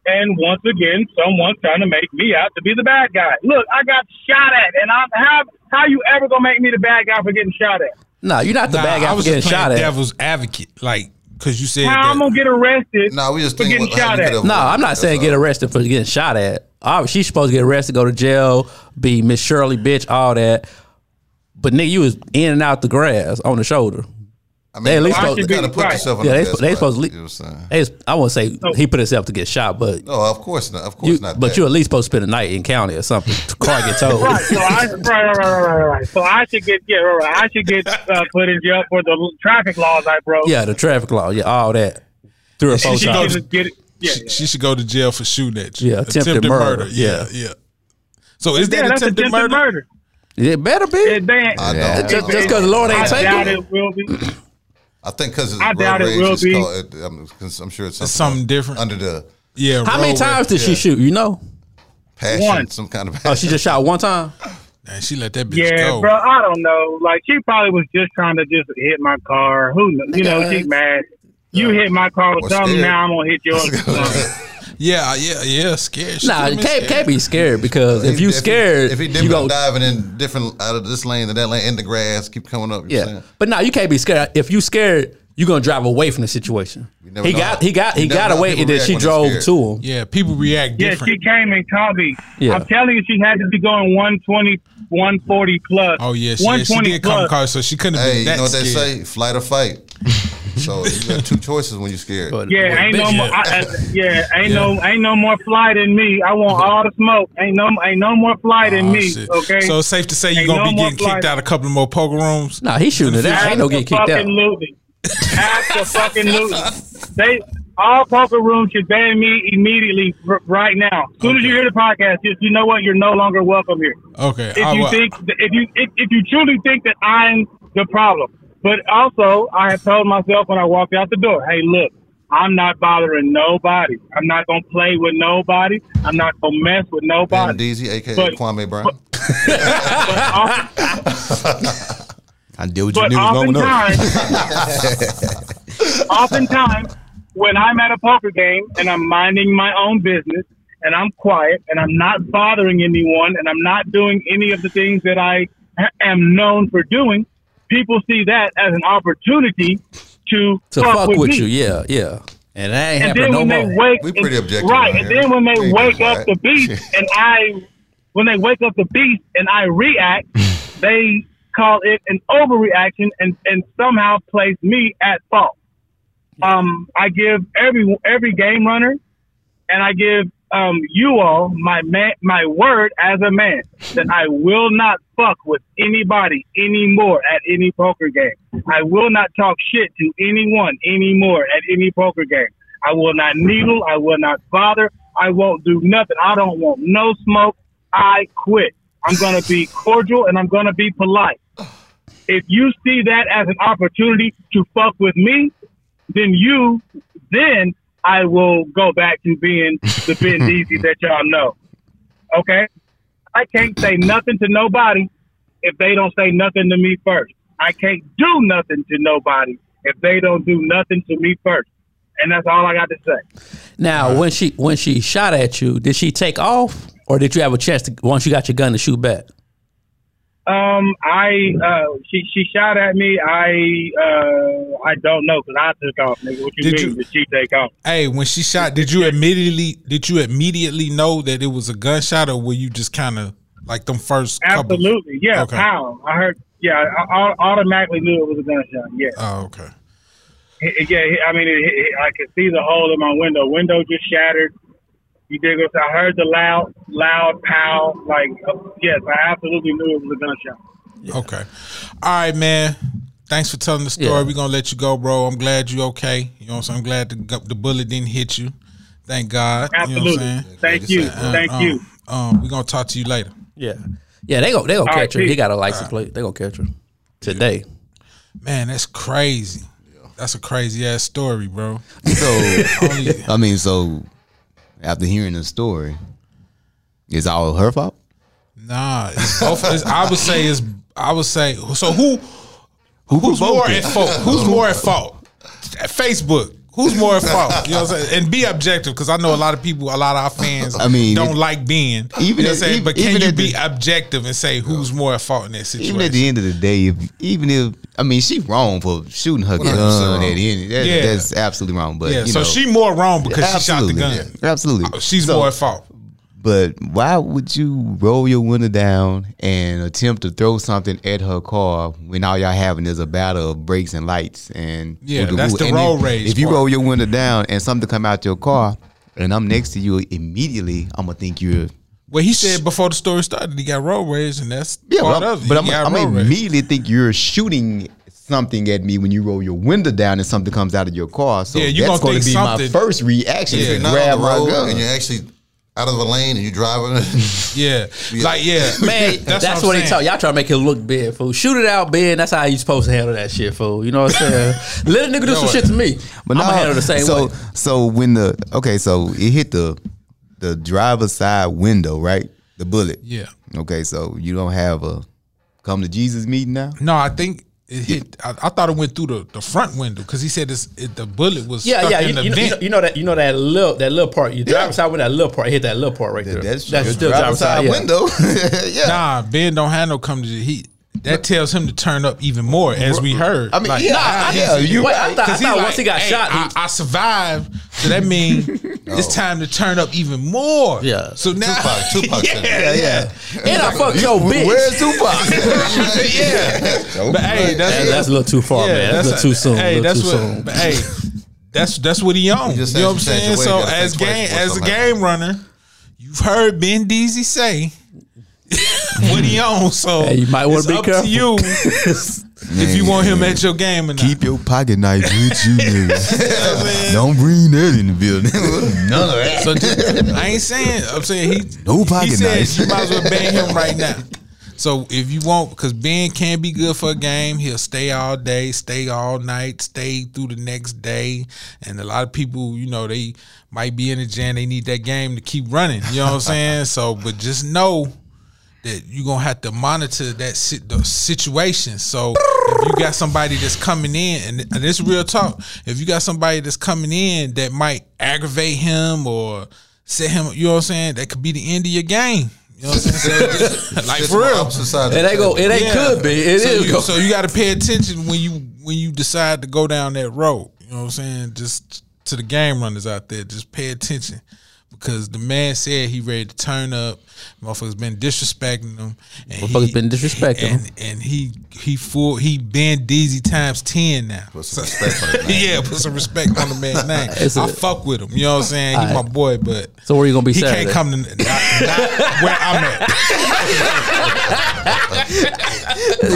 and once again, someone's trying to make me out to be the bad guy. Look, I got shot at, and I'm how how you ever gonna make me the bad guy for getting shot at?
No, you're not the
Nah,
bad guy
I
for
was
getting
just
shot
playing
at.
devil's advocate, like because you said
How I'm
that.
gonna get arrested?
Nah, we just
for
thinking
getting
what- how
shot
you
at.
could have-
No, I'm not saying get arrested for getting shot at. Oh, she's supposed to get arrested, go to jail, be Miss Shirley, bitch, all that. But nigga, you was in and out the grass on the shoulder.
I
They at least
you
supposed-
gotta put
Right.
yourself in
Yeah,
the
they
best
sp- they
light,
supposed to le-
You know what I'm saying?
It's, I won't say
Oh.
he put himself to get shot, but
No, of course not. Of course
you,
not.
but
that.
you're at least supposed to spend a night in county or something. Car get towed.
Right, so I right, right, right, right, right, right. So I should get yeah, right, right. I should get uh, put in jail for the traffic laws I broke.
Yeah, the traffic law, yeah, all that. Three or four
goes-
she should
times.
just get it. Yeah,
She, she should go to jail for shooting at you.
Yeah, attempted murder.
Yeah, yeah. So is
yeah
that
that's
attempted murder?
It better be.
It, they ain't,
I
Yeah.
don't.
just
know.
because the Lord
I
ain't
doubt
taking it.
it will be.
I think because
I doubt it will be.
Called, it- I'm, 'cause I'm sure it's something,
It's something different.
under the
yeah.
How many
road
times
rage.
did she shoot? You know?
passion,
One.
some kind of
Oh,
passion.
she just shot one time.
Man, she let that bitch
Yeah,
go.
bro. I don't know. Like she probably was just trying to just hit my car. Who kn- you know? She's mad. You hit my car with
Or
something.
scared.
Now I'm gonna hit yours. with something.
Yeah, yeah, yeah. Scared. She
Nah,
could've
you
been
can't,
scared.
can't be scared because if you
he-
scared,
if he
you
did
go.
diving in different out of this lane to that lane in the grass, keep coming up. You know what I'm
Yeah,
saying?
but now you can't be scared. If you scared, you gonna drive away from the situation. He
never know
got,
how-
he got, he
you never
got
know how
away,
people
and then
react
she
when they're
drove
scared.
to him.
Yeah, people react
Yeah,
different.
she came and called me.
Yeah.
I'm telling you, she had to be going 120, 140 plus.
oh yeah, she, yeah, she
120
did come
plus.
car, so she couldn't have
Hey,
been
you
that
know what they
scared.
say? Flight or fight. so you got two choices when you're scared.
But-
Yeah,
but
ain't no
bitch,
more.
yeah.
I, I, yeah, ain't no, ain't no more fly than me. I want all the smoke. Ain't no, ain't no more fly than
Oh,
me.
shit.
Okay.
So it's safe to say you're
Ain't
gonna
no
be
more
getting kicked
flight.
out a couple more poker rooms.
Nah, he shooting it out. Ain't no getting kicked out.
Absolutely. Absolutely. They all poker rooms should ban me immediately r- right now. As soon as you hear the podcast, just you know what, you're no longer welcome here.
Okay.
If
I
you
will-
think th- if you if, if you truly think that I'm the problem, but also I have told myself when I walked out the door, hey, look. I'm not bothering nobody. I'm not gonna play with nobody. I'm not gonna mess with
Ben
nobody.
Deasy, aka
But-
Kwame Brown.
But often,
I did what you
But
knew was long enough.
oftentimes, oftentimes, when I'm at a poker game and I'm minding my own business and I'm quiet and I'm not bothering anyone and I'm not doing any of the things that I ha- am known for doing, people see that as an opportunity to,
To fuck with
me.
you, yeah, yeah. And that ain't
And then
happening no
when
more.
they wake,
We pretty objective
right?
out
And
here.
then when
We
they
ain't
wake
gonna
up the
lie.
beast, and I, when they wake up the beast, and I react, they call it an overreaction, and and somehow place me at fault. Um, I give every every game runner, and I give um you all my man, my word as a man that I will not fuck with anybody anymore at any poker game. I will not talk shit to anyone anymore at any poker game. I will not needle. I will not bother. I won't do nothing. I don't want no smoke. I quit. I'm gonna be cordial and I'm gonna be polite. If you see that as an opportunity to fuck with me, then you, then I will go back to being the Ben Deasy that y'all know. Okay? I can't say nothing to nobody if they don't say nothing to me first. I can't do nothing to nobody if they don't do nothing to me first. And that's all I got to say.
Now, when she when she shot at you, did she take off, or did you have a chance to once you got your gun to shoot back?
Um, I uh, she she shot at me. I uh, I don't know because I took off. Nigga, what you
Did
mean?
you-
Did she take off?
Hey, when she shot, did you immediately did you immediately know that it was a gunshot, or were you just kind of like them first? couple-
Absolutely. Yeah.
Okay.
Pow. I heard. Yeah. I, I automatically knew it was a gunshot. Yeah.
Oh, okay.
It- yeah, he- I mean, it, it, I could see the hole in my window. Window just shattered. You dig what I'm saying? I heard the loud, loud pow. Like, yes, I absolutely knew it was a gunshot.
Okay. All right, man. Thanks for telling the story.
Yeah.
We're gonna let you go, bro. I'm glad you okay. You know what I'm saying? I'm glad the, gu- the bullet didn't hit you. Thank God. You know
Absolutely.
what I'm saying?
Thank you. Thank you.
Um, um, we're gonna talk to you later.
Yeah. Yeah, they go they gonna
All right,
catch her. He
peace.
got a license plate. They gonna catch her today.
Man, that's crazy. That's a crazy ass story, bro.
So
Only-
I mean, so after hearing the story, it's all her fault.
nah, it's both. It's, I would say it's. I would say so. Who who's more at fault? Who's more at fault? Facebook. Who's more at fault? You know what I'm saying? And be objective because I know a lot of people, a lot of our fans
I mean,
don't like being. you know
even
what I'm
at-
saying? But
even
can you
at
be
the-
objective and say who's more at fault in that situation?
Even at the end of the day, if, even if I mean, she wrong for shooting her
100%
gun
wrong.
at the end. That,
Yeah.
That's absolutely wrong. But
yeah,
you
so
know,
she more wrong because
absolutely,
she shot the gun. Oh,
yeah, absolutely.
She's
So-
more at fault.
But why would you roll your window down and attempt to throw something at her car when all y'all having is a battle of brakes and lights and
Yeah, that's the
And
road
if,
rage
If you
part.
roll your window down and something come out your car and I'm next to you immediately, I'm gonna think you're
Well, he said before the story started, he got road rage, and that's
yeah,
part
but I'm,
of it.
but
He
I'm,
got
I'm
road
gonna
rage.
immediately think you're shooting something at me when you roll your window down and something comes out of your car. So
Yeah, you
that's
gonna
going to
think
be
something-
my first reaction
Yeah,
is to
Not
grab
on the
my
road,
gun.
and you're actually out of the lane and you're driving.
Yeah. Like, yeah.
Man, that's,
I'm
what they
saying.
talk. Y'all try to make it look big, fool. Shoot it out big. That's how you supposed to handle that shit, fool. You know what I'm saying? Let a nigga do some
what?
shit to me. But I'm
no,
gonna handle the same
so,
way.
So when the okay, so it hit the the driver's side window, right? The bullet.
Yeah.
Okay, so you don't have a come to Jesus meeting now.
No, I think it hit. I, I thought it went through the, the front window because he said this, it, the bullet was
Yeah,
stuck
yeah.
in
You,
the
you, know,
vent.
you know- you know that you know that little that little part. You driver's side with that little part. Hit that little part right there.
your
driver's side, yeah.
window. yeah.
nah, Ben don't have no come to the heat. That tells him to turn up even more, as we heard.
I mean, yeah,
nah,
yeah,
he's-
you
Wait, I
right.
thought, I
'cause he
thought
like,
once he got
"Hey,
shot, he- Oh.
I, I survived. So that means it's time to turn up even more.
Yeah.
So now,
Tupac- Tupac
yeah,
said
yeah, yeah.
and I fucked your bitch.
Where's Tupac?
But hey, that's
That- that's a little too far,
yeah,
man. That's, a little too soon.
Hey,
little
that's
too
what.
soon.
But, hey, that's that's what he on. You
just
know what I'm
has to change
saying?
your way,
So
gotta think
as
twice
game
before
as a
something happens.
game runner, you've heard Ben Deasy say what he on. So
Hey, you might wanna
it's
be
up
careful.
to you if you want him at your game or not.
Keep your pocket knife with you, nigga. don't bring that in the building. None of that.
So just, I ain't saying. I'm saying he
No pocket
He said
knife.
you might as well ban him right now. So if you want, because Ben can be good for a game, he'll stay all day, stay all night, stay through the next day. And a lot of people, you know, they might be in the gym, they need that game to keep running. You know what I'm saying? So, but just know that you're gonna have to monitor that sit, the situation. So if you got somebody that's coming in, and, and this is real talk, if you got somebody that's coming in that might aggravate him or set him, you know what I'm saying, that could be the end of your game. You know what I'm saying? So, like for real.
It ain't go. It ain't
Yeah.
could be. It is
so You,
go.
so you got to pay attention when you when you decide to go down that road. You know what I'm saying? Just to the game runners out there, just pay attention because the man said he ready to turn up. Motherfuckers been disrespecting him. And
Motherfuckers been disrespecting
and,
him.
and he he full he been dizzy times ten now.
some respect on his name.
yeah, put some respect on the man's name.
It's
I
a-
fuck with him. You know what I'm saying? He my boy, but
So where you gonna be
he
Saturday?
can't come to not, not where I'm at.
you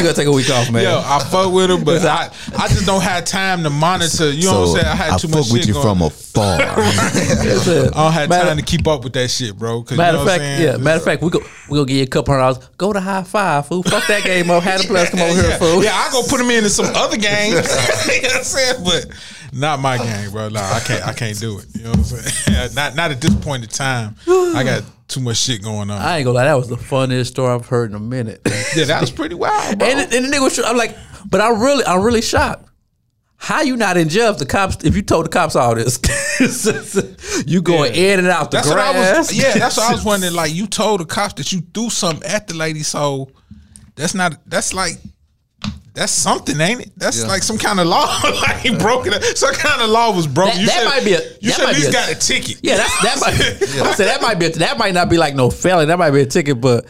gonna take a week off, man.
Yo, I fuck with her, but I, I just don't have time to monitor. You know what I'm saying? I had too much
fuck with
shit
you
going.
from afar.
Listen,
I don't have
matter-
time to keep up with that shit, bro. 'cause
Matter
you know
of
what I'm
fact,
saying?
yeah. Matter of fact, we go we gonna get you a couple hundred dollars. Go to high five, fool. Fuck that game up. Had a plus. Come over here,
yeah,
fool.
yeah, I go put him in in some other games. you know what I'm saying? But not my game, bro. Nah, I can't. I can't do it. You know what I'm saying? not not at this point in time. I got too much shit going on.
I ain't gonna lie. That was the funniest story I've heard in a minute.
yeah, that was pretty wild, bro.
and, and the nigga was. I'm like, but I'm really, I'm really shocked. How you not in jail if the cops? If you told the cops all this, you going in and out the
That's
grass.
what I was. Yeah, that's what I was wondering. Like you told the cops that you threw something at the lady, so That's not. That's like. That's something, ain't it? That's like some kind of law, like broken. Some kind of law was broken.
That- that might be a-
You
that
should at
might be
least
a-
got a ticket.
Yeah, that's that might. I said that might be a, that might not be like no felony. That might be a ticket, but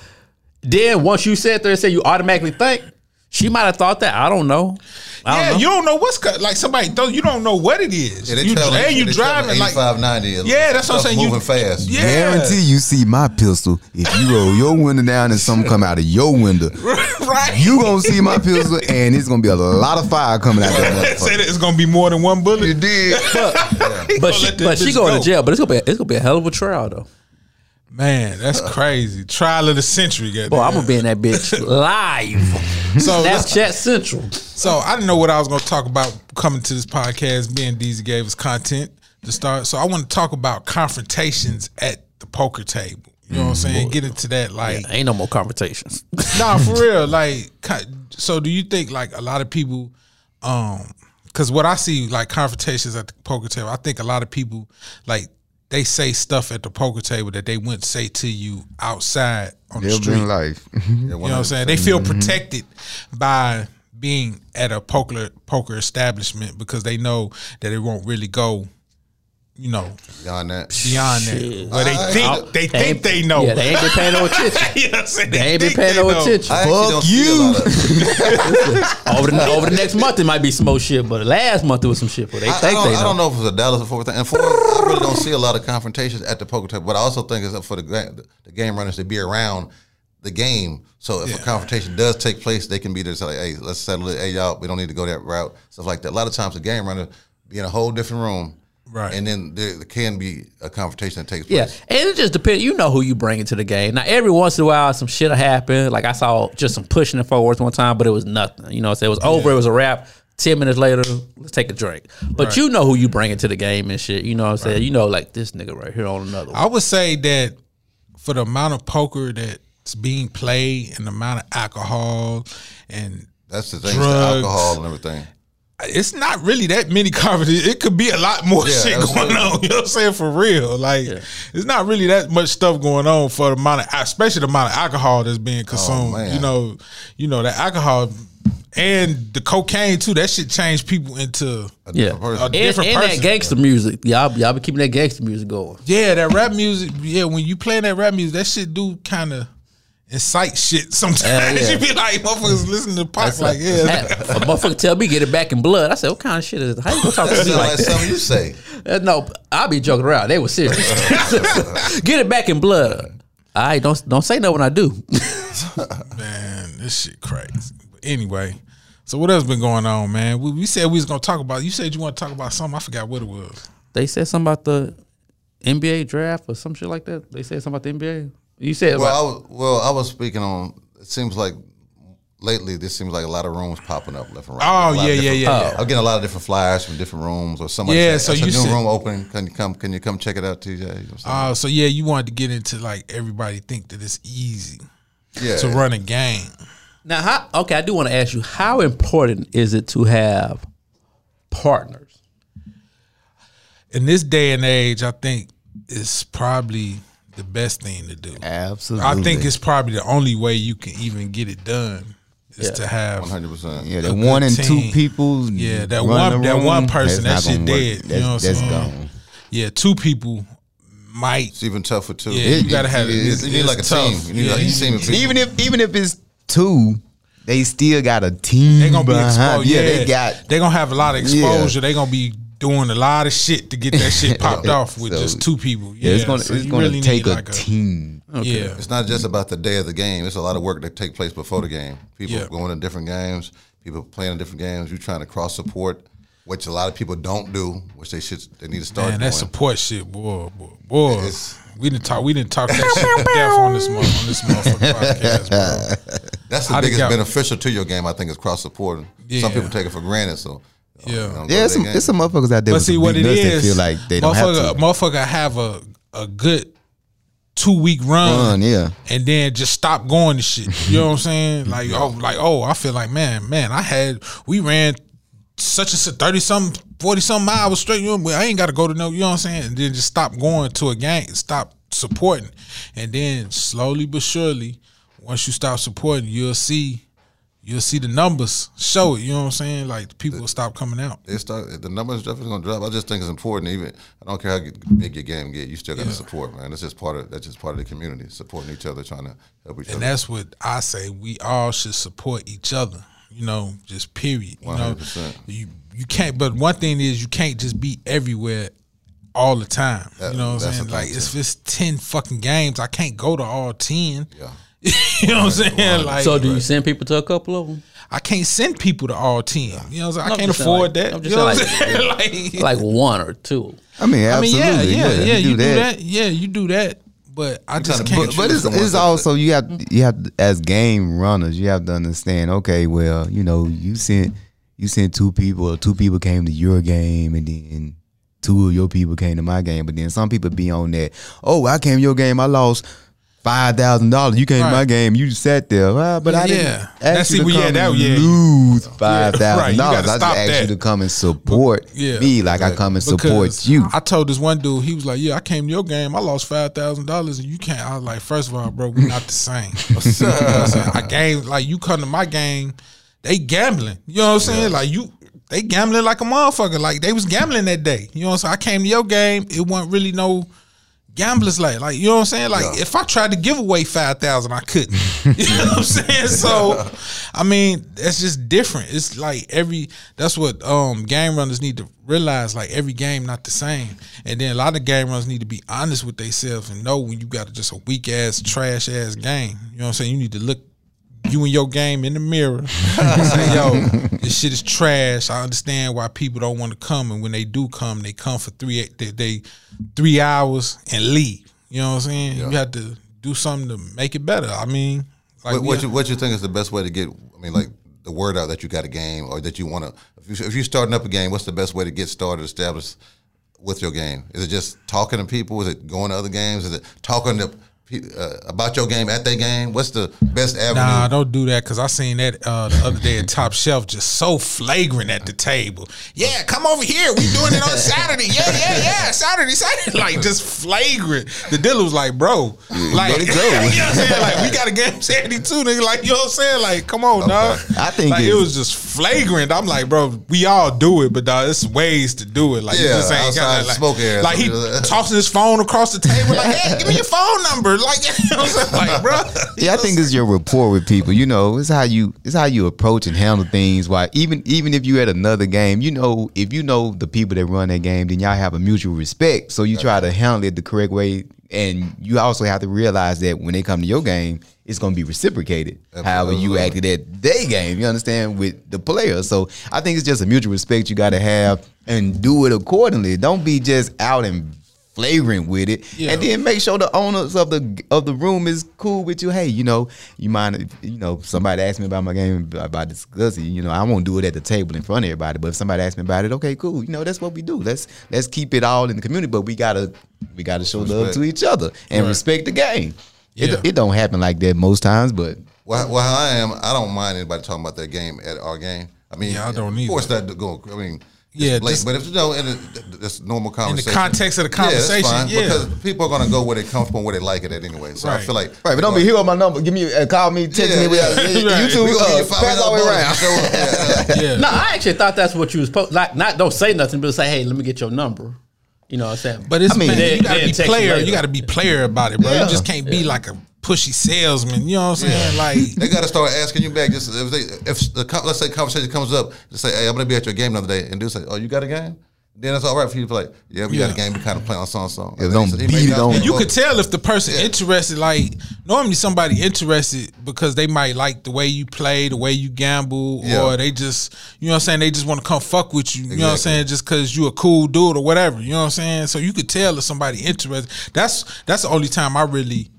then once you said there, said you automatically think she might have thought that. I don't know. I
Yeah,
don't know.
you don't know what's cut. Like somebody, though, you don't know what it is.
Yeah, they
you,
traveling-
and you
they
driving
traveling
like
85, 90.
Yeah, that's what I'm
Stuff
saying. You-
Moving fast.
yeah.
Guarantee you see my pistol if you roll your window down and something come out of your window.
right.
You gonna see my pistol and it's gonna be a lot of fire coming out of that
Say
motherfucker.
that it's gonna be more than one bullet.
It did.
but
gonna
she,
let that
but she
bitch
going
go.
to jail. But it's gonna be it's gonna be a hell of a trial though.
Man, that's crazy. Trial of the century, goddamn.
Boy, I'm gonna be in that bitch live.
So let's-
Snapchat Central.
So I didn't know what I was going to talk about coming to this podcast. Me and DZ gave us content to start. So I want to talk about confrontations at the poker table. You know what I'm saying? Get into that, like,
Ain't no more confrontations.
nah, for real. Like, con- so do you think like a lot of people, um, because what I see like confrontations at the poker table, I think a lot of people like they say stuff at the poker table that they wouldn't say to you outside on the
They'll
street.
be in life.
You know what I'm saying? They feel protected by being at a poker poker establishment because they know that it won't really go, you know,
Beyond that.
beyond that. Where they think they think
Uh, ain't-
they know.
Yeah, they ain't been paying no attention.
You know what I'm saying?
They ain't been
think
paying
they
no
know.
attention.
I actually don't see a lot of-
Over the over the next month, it might be some more shit, but last month it was some shit. But they
I, I
think
don't,
they
I don't
know.
know if it was a Dallas or Fort Worth. thing. And Fort Worth, I really don't see a lot of confrontations at the poker table. But I also think it's up for the gra- the game runners to be around the game. So if a confrontation does take place, they can be there to say, like, "Hey, let's settle it. Hey, y'all, we don't need to go that route." Stuff like that. A lot of times, the game runner be in a whole different room,
Right.
And then there, there can be a confrontation that takes
Yeah,
place.
and it just depends. You know who you bring into the game. Now, every once in a while, some shit will happen. Like I saw just some pushing in Fort Worth one time, but it was nothing. You know, so it was over. It was a wrap. Ten minutes later, let's take a drink. But you know who you bring into the game and shit. You know what I'm saying? You know, like this nigga right here on another one.
I would say that for the amount of poker that's being played and the amount of alcohol and
That's the thing, it's the
Drugs.
alcohol and everything.
it's not really that many conversations. It could be a lot more
Yeah,
shit
absolutely.
going on. You know what I'm saying? For real. Like it's not really that much stuff going on for the amount of especially the amount of alcohol that's being consumed.
man.
you know, you know, that alcohol and the cocaine too, that shit changed people into
yeah,
person.
A
and,
different
and that
person.
gangster music. Y'all, y'all be keeping that gangster music going.
Yeah, that rap music, yeah, when you playing that rap music, that shit do kinda incite shit sometimes.
yeah.
you be like, motherfuckers listening to pop
That's
like, yeah.
Hey, a motherfucker tell me get it back in blood. I said, what kind of shit is this? How you gonna talk to
That
me
sounds
like
like
that?
something you say.
Uh, No, I be joking around. They were serious. get it back in blood. I don't don't say no when I do.
Man, this shit crazy. But anyway, so what else been going on, man? We, we said we was gonna talk about. You said you want to talk about something. I forgot what it was.
they said something about the NBA draft or some shit like that. They said something about the NBA. You said
Well, I
about,
was, well, I was speaking on. It seems like lately, this seems like a lot of rooms popping up left and right.
Oh,
A lot of
yeah, yeah,
different-
yeah,
I'm getting a lot of different flyers from different rooms or somebody.
Yeah,
saying,
so
"It's
you
a new
said-
room open. Can you come? Can you come check it out, TJ? You know what I'm saying?
Uh, so yeah, you wanted to get into like everybody think that it's easy
yeah,
to run a game.
now how okay, I do want to ask you, how important is it to have partners?
In this day and age, I think it's probably the best thing to do.
Absolutely.
I think it's probably the only way you can even get it done is to have
100. percent
yeah, that one and two
team.
people.
Yeah, that
run
one-
the
that one
room,
person,
that's
that
not
shit
gonna work.
dead. You
That's,
know what I'm
that's
saying?
gone.
yeah two people might
It's even tougher too.
yeah you gotta have
You
it's-
need
it's
like a
tough.
team. You need
Yeah,
like a
you-
team of people.
Even if even if it's two, they still got a team.
they gonna be
behind.
exposed.
Yeah, they got
They gonna have a lot of exposure. They gonna be doing a lot of shit to get that shit popped off with
So-
just two people. Yeah,
Yeah, it's gonna
so
it's
you
gonna
really
take
need
a,
like
team.
Yeah,
It's not just about the day of the game. It's a lot of work that take place before the game. People
Yeah.
going to different games. People playing in different games. You trying to cross support, which a lot of people don't do, which they should. They need to start
man,
doing.
that support shit, boy, boy, boy.
It's-
we didn't talk. We didn't talk that shit to death on this mo- on this motherfucking podcast, bro.
That's the
How they
biggest
got-
beneficial to your game, I think, is cross supporting.
Yeah.
Some people take it for granted, so you know,
Yeah.
they don't go to
Yeah, it's
their
some,
game.
it's some motherfuckers out there
But
with
see
some
what
big
it
nuts that
is.
feel like they don't have
motherfucker,
to
motherfucker have a a good two week run,
run. Yeah,
and then just stop going to shit. You know what I'm saying? Like oh, like oh, I feel like man, man, I had we ran such and such thirty something, forty something miles straight. You know, but I ain't got to go to no. You know what I'm saying? And then just stop going to a gang, stop supporting, and then slowly but surely, once you stop supporting, you'll see you'll see the numbers show it. You know what I'm saying? Like the people will stop coming out.
It start, the numbers definitely gonna drop. I just think it's important. Even I don't care how g- big your game get, you still got to support, man. That's just part of that's just part of the community supporting each other, trying to help each
And
other.
that's what I say. We all should support each other. You know, just period. You know,
100%.
you you can't. But one thing is, you can't just be everywhere all the time. you know what I'm
that's
saying?
the
Like
thing,
it's it's ten fucking games. I can't go to all ten.
Yeah.
you know what I'm saying? Like
So do you send people to a couple of them?
I can't send people to all ten. You know what I'm saying? I
I'm
can't
just saying,
afford
like-
that.
I'm
you
just
know what I'm
saying,
saying? Like-
Like one or two.
I mean,
I mean,
absolutely.
yeah, yeah, yeah.
you, do that.
Yeah, you do that. But Mm-hmm. I just
trying to
can't.
put-
But it's,
the ones
it's
that-
also you have you have to- as game runners you have to understand. Okay, well you know you sent you sent two people. or Two people came to your game, and then two of your people came to my game. But then some people be on that. Oh, I came to your game. I lost. Five thousand dollars. You came
Right.
to my game. You sat there, well, but I didn't
Yeah.
ask
That's-
you to
see, we
come
had that-
and
yeah.
lose five thousand
Right, you
dollars.
gotta
I
stop
just asked you
that.
to come and support
Yeah.
me, like I come and support
Because
you.
I told this one dude, he was like, "Yeah, I came to your game. I lost five thousand dollars, and you can't." I was like, first of all, bro, we're not the same." You know what I'm saying? I game like you come to my game, they gambling. You know what I'm saying? Like you, they gambling like a motherfucker. Like they was gambling that day. You know what I'm saying? I came to your game. It wasn't really no. Gamblers like, like you know what I'm saying. Like, if I tried to give away five thousand, I couldn't. You know what I'm saying. So, I mean, that's just different. It's like every. That's what um game runners need to realize. Like every game not the same, and then a lot of game runners need to be honest with themselves and know when you got just a weak ass, trash ass game. You know what I'm saying. You need to look you and your game in the mirror. say, yo, this shit is trash. I understand why people don't want to come, and when they do come, they come for three they, they three hours and leave. You know what I'm saying? You have to do something to make it better. I mean, like
What,
we-
what you what you think is the best way to get? I mean, like the word out that you got a game or that you want to. If, you, if you're starting up a game, what's the best way to get started, established with your game? Is it just talking to people? Is it going to other games? Is it talking to pe- uh, about your game at their game? What's the best avenue?
Nah, don't do that because I seen that uh, the other day at Top Shelf, just so flagrant at the table. Yeah, come over here. We doing it on Saturday. Yeah, yeah, yeah. Saturday, Saturday. Like just flagrant. The dealer was like, bro, like, you know what I'm saying? Like we got a game Saturday too, nigga. Like you know what I'm saying? Like come on, dog.
I think
like, it
it's-
was just flagrant. I'm like, bro, we all do it, but dog, it's ways to do it. Like you
Yeah,
just ain't
outside
got like,
smoke area or
like he
something.
tossing his phone across the table. Like, hey, give me your phone number. Like you know what I'm saying? Like, bro.
Yeah, I think it's your rapport with people. You know, it's how you it's how you approach and handle things. Why even even if you at another game, you know, if you know the people that run that game, then y'all have a mutual respect. So you try to handle it the correct way, and you also have to realize that when they come to your game, it's going to be reciprocated. However you acted at their game, you understand with the player. So I think it's just a mutual respect you got to have and do it accordingly. Don't be just out and flagrant with it, and then make sure the owners of the of the room is cool with you. Hey, you know, you mind? If, you know, somebody asked me about my game about discussing. You know, I won't do it at the table in front of everybody. But if somebody asks me about it, okay, cool. You know, that's what we do. Let's let's keep it all in the community. But we gotta we gotta show love to each other and respect the game.
Yeah.
It, it don't happen like that most times, but
Well, well, how I am. I don't mind anybody talking about their game at our game. I mean,
Yeah, I don't
Of course, that go. I mean,
Yeah,
yeah, late,
just-
but if you know, in a, that's normal
the
conversation.
context of the
that's
conversation, yeah.
because people are gonna go where they're comfortable, and where they like it at anyway. So I
Right.
feel like
right. But don't be here on my number. Give me uh, call me, text
Yeah,
me.
yeah.
Yeah, You two,
We gonna
uh,
give you five
pass all the way around.
minutes show up. Yeah, yeah.
Yeah.
No, I actually thought that's what you was supposed like. Not don't say nothing, but say, hey, let me get your number. You know what I'm saying?
But it's
I mean,
man,
then-
you gotta
then
be
text
player.
later.
You gotta be player about it, bro.
Yeah.
You just can't be like a pushy salesman. You know what I'm saying? Like
They got to start asking you back. Just if they, if the co- let's say conversation comes up, just say, "Hey, I'm gonna be at your game another day," and do say, "Oh, you got a game?" Then it's all right for you to play. Yeah, we
Yeah.
got a game. We kind of play on song song.
Yeah, don't beat it on.
you could tell if the person interested. Like normally somebody interested because they might like the way you play, the way you gamble,
Yeah.
or they just you know what I'm saying. They just want to come fuck with you. You know what I'm
Exactly.
saying? Just because you a cool dude or whatever. You know what I'm saying? So you could tell if somebody interested. That's that's the only time I really.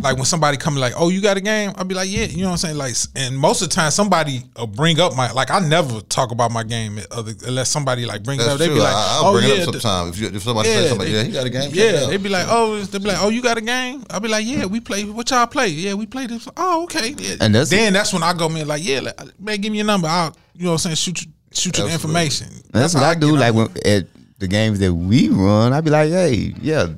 Like when somebody come like, oh, you got a game? I'll be like, yeah, you know what I'm saying. Like, s- and most of the time somebody will bring up my like. I never talk about my game at other, unless somebody like brings it
That's
up. They
true.
be like,
I, I'll
oh
bring
yeah,
it up
th-
sometime. If, you, if somebody
yeah,
says something,
they-
yeah, you got a game. Check it
Yeah,
out.
they be like, oh, they be like, oh, you got a game? I'll be like, yeah, we play. What y'all play? Yeah, we play this. Oh, okay. Yeah.
And that's-
then that's when I go in like, yeah, like, man, give me your number. I'll, you know, what I'm saying, shoot you, shoot you the
Absolutely.
information.
That's,
how
what I,
get
do.
out.
Like when, at the games that we run, I be like, "Hey, yeah,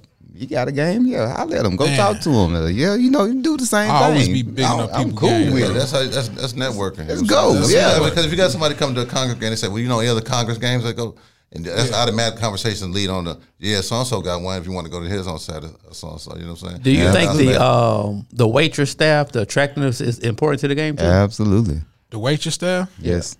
You got a game? Yeah, I let them go
Man.
talk to them. Yeah, you know, you do the same
I
thing.
always be bigging
I'm-
up
I'm
people
cool
game,
with
Yeah,
it.
that's how, that's that's networking.
Let's go, yeah.
because if you got somebody come to a Congress game, they say, "Well, you know, any other Congress games?" They go, and that's automatic conversation lead on the yeah. So and so got one. If you want to go to his on Saturday, so and so, you know what I'm saying?
Do you
Yeah,
think
that's
the
that.
um, the waitress staff, the attractiveness is important to the game too?
Absolutely.
The waitress staff.
Yes.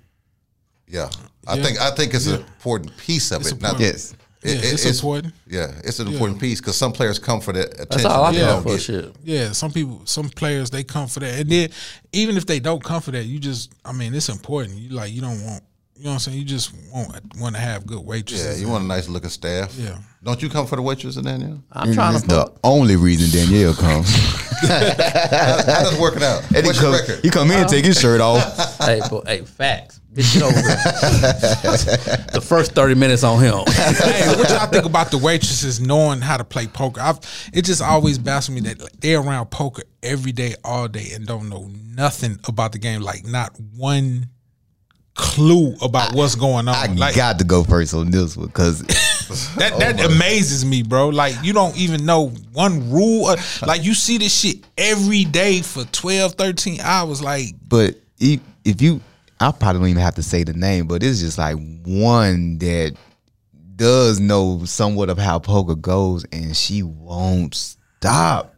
yeah? I think I think it's an important piece of it. Not,
Yes.
it-
Yeah,
it-
it's, important.
Yeah, it's an important piece because some players come for that attention.
That's all I
they
can
don't
for
get.
shit.
Yeah, some people, some players, they come for that, and then even if they don't come for that, you just, I mean, it's important. You like, you don't want, you know what I'm saying? You just want want to have good
Yeah,
waitresses.
you want a nice looking staff.
Yeah.
Don't you come for the waitress in there? now?
I'm
Mm,
And
trying
that's
to
the only reason Danielle comes.
How does it working out?
And he
What's your
come,
record?
he come in and take his shirt off.
hey, but, hey, facts. Bitch, get over it. the first thirty minutes on him.
hey, what y'all think about the waitresses knowing how to play poker? I've it just always baffles me that like, they're around poker every day, all day, and don't know nothing about the game. Like not one clue about what's going on.
I
like
got to go first on this one because
that that amazes me, bro. Like you don't even know one rule. uh, Like you see this shit every day for 12, 13 hours. Like
But if, if you, I probably don't even have to say the name, but it's just like one that does know somewhat of how poker goes, and she won't stop.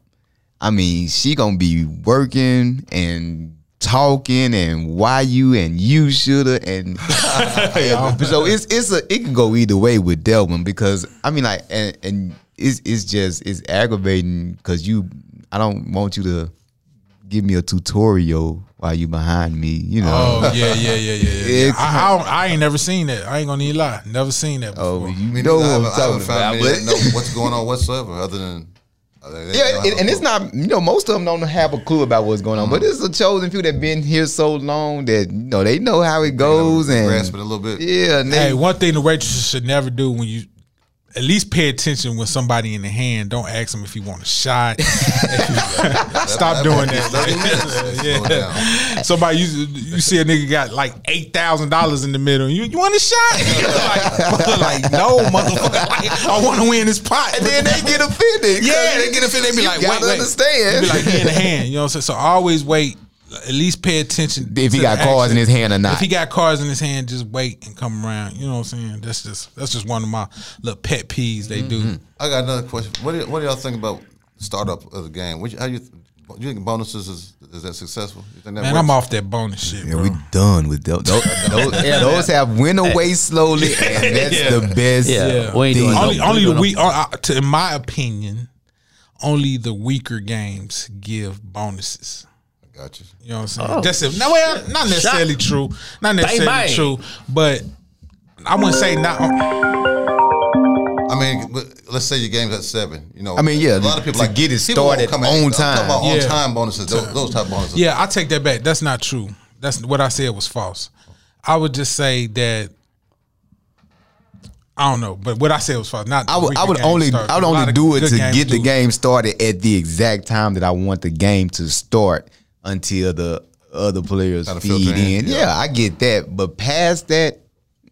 I mean, she gonna be working and talking and why you and you shoulda and so it's it's a it can go either way with that one because I mean like and and it's it's just it's aggravating because you I don't want you to give me a tutorial while you behind me you know
oh yeah, yeah, yeah, yeah. yeah.
It's-
I, I, don't, I ain't never seen that. I ain't gonna even lie. Never seen that. Before.
oh you
Me
know
neither.
what I'm
I haven't- I
talking
haven't found
about
many
but-
that know what's going on whatsoever, other than uh, they- they
Yeah,
don't have
and,
a
and it's
clue.
not you know Mm-hmm. most of them don't have a clue about what's going on, but it's a chosen few that been here so long that you know they know how it goes and
grasp it a little bit.
Yeah, and they,
Hey, one thing the waitress should never do when you at least pay attention when somebody in the hand. Don't ask them if you want a shot. Stop doing
Thirty
that.
minutes.
Yeah.
Slow down.
Somebody you you see a nigga got like eight thousand dollars in the middle. You you want a shot? like, like no, motherfucker. Like, I want to win this pot.
and then they get offended.
Yeah, they get offended. They be
You
like,
gotta
wait, wait.
understand.
You be like, he in the hand. You know what I'm saying? So always wait. At least pay attention.
If he
to
got
the
cards
action.
in his hand or not.
If he got cards in his hand, just wait and come around. You know what I'm saying? That's just that's just one of my little pet peeves they do.
Mm-hmm.
I got another question. What do, y- what do y'all think about startup of the game? What, you- how you th- do you think bonuses is is that successful? You think that
Man,
works?
I'm off that bonus shit,
Yeah,
bro.
we done with those. Those, those, those have went away slowly, and that's the best.
Yeah.
Yeah.
we ain't doing
Only-
no-
only
we
only
doing
the
no-
weak. Uh, uh, to, in my opinion, only the weaker games give bonuses.
got you.
You know what I'm saying? That's it. No, well, not necessarily true. Not necessarily
Oh, bang.
true, but I wouldn't say not.
I mean, but let's say your game's at seven. You know,
I mean, yeah,
a lot of people
to
like
get it
people won't
started
come
on
in- I'm
time.
talking about on
Yeah.
time bonuses, those, those type bonuses.
Yeah, I take that back. That's not true. That's what I said was false. I would just say that I don't know, but what I said was false. Not
I would, I
the
would
game
only
starts.
I would
A lot
only
of
do it
good
to
games
get the
do it.
game started at the exact time that I want the game to start until the other players
Gotta
feed
filter in,
in. Yeah. I get that, but past that,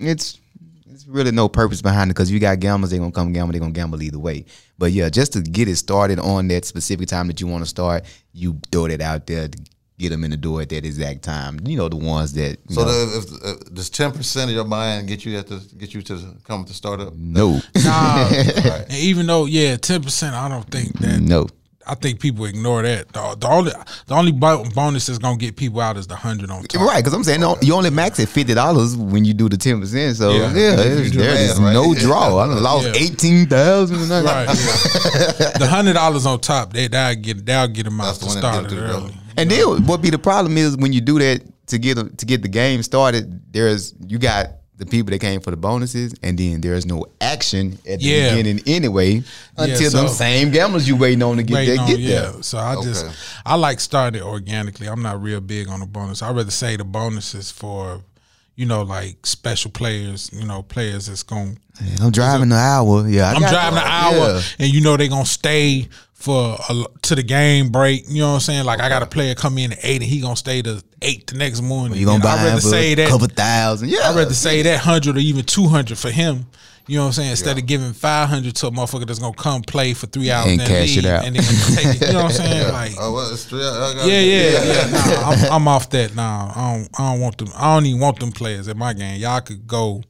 it's it's really no purpose behind it because you got gamblers, they're gonna come gamble, they're gonna gamble either way. But yeah, just to get it started on that specific time that you want to start, you throw that out there to get them in the door at that exact time. You know the ones that you
So
know,
the, if, uh, does ten percent of your buy-in get you at the get you to come to startup?
no,
Right.
And even though, yeah, ten percent. I don't think that.
no.
I think people ignore that. The, the only the only bo- bonus that's gonna get people out is the hundred on top.
Right, because I'm saying no, you only max at fifty dollars when you do the ten percent. So
Yeah.
yeah, it's-
do
there
math,
is
right?
no draw. I done lost
Yeah.
eighteen thousand.
Right. the hundred dollars on top, they they'll get they'll get them out
That's the
to
one that
start
get
it
them through the
early.
door.
And then what be the problem is when you do that to get to get the game started. There's you got the people that came for the bonuses, and then there's no action at the
Yeah.
beginning anyway until
so-
them same gamblers you waiting on to get
waiting
there
on-
get
yeah.
there.
So I just
Okay.
I like starting it organically. I'm not real big on the bonus. I rather say the bonuses for you know like special players. You know players that's going.
Man, I'm driving an hour. Yeah, I
I'm
got
driving an
that.
hour,
Yeah.
and you know they gonna stay for a, l- to the game break. You know what I'm saying? Like I got a player come in at eight, and he gonna stay to eight the next morning.
You gonna
And
buy
I'd
him
rather
for
say
a
that
couple thousand? Yeah,
I'd rather say that hundred or even two hundred for him. You know what I'm saying? Instead of giving 500 to a motherfucker that's gonna come play for three hours
And
then
cash it
leave
out.
and then take it. You know what I'm saying? Like,
Oh, well, it's three. I got-
yeah, yeah, yeah. Nah, I'm, I'm off that now. I don't, I don't want them. I don't even want them players at my game. Y'all could go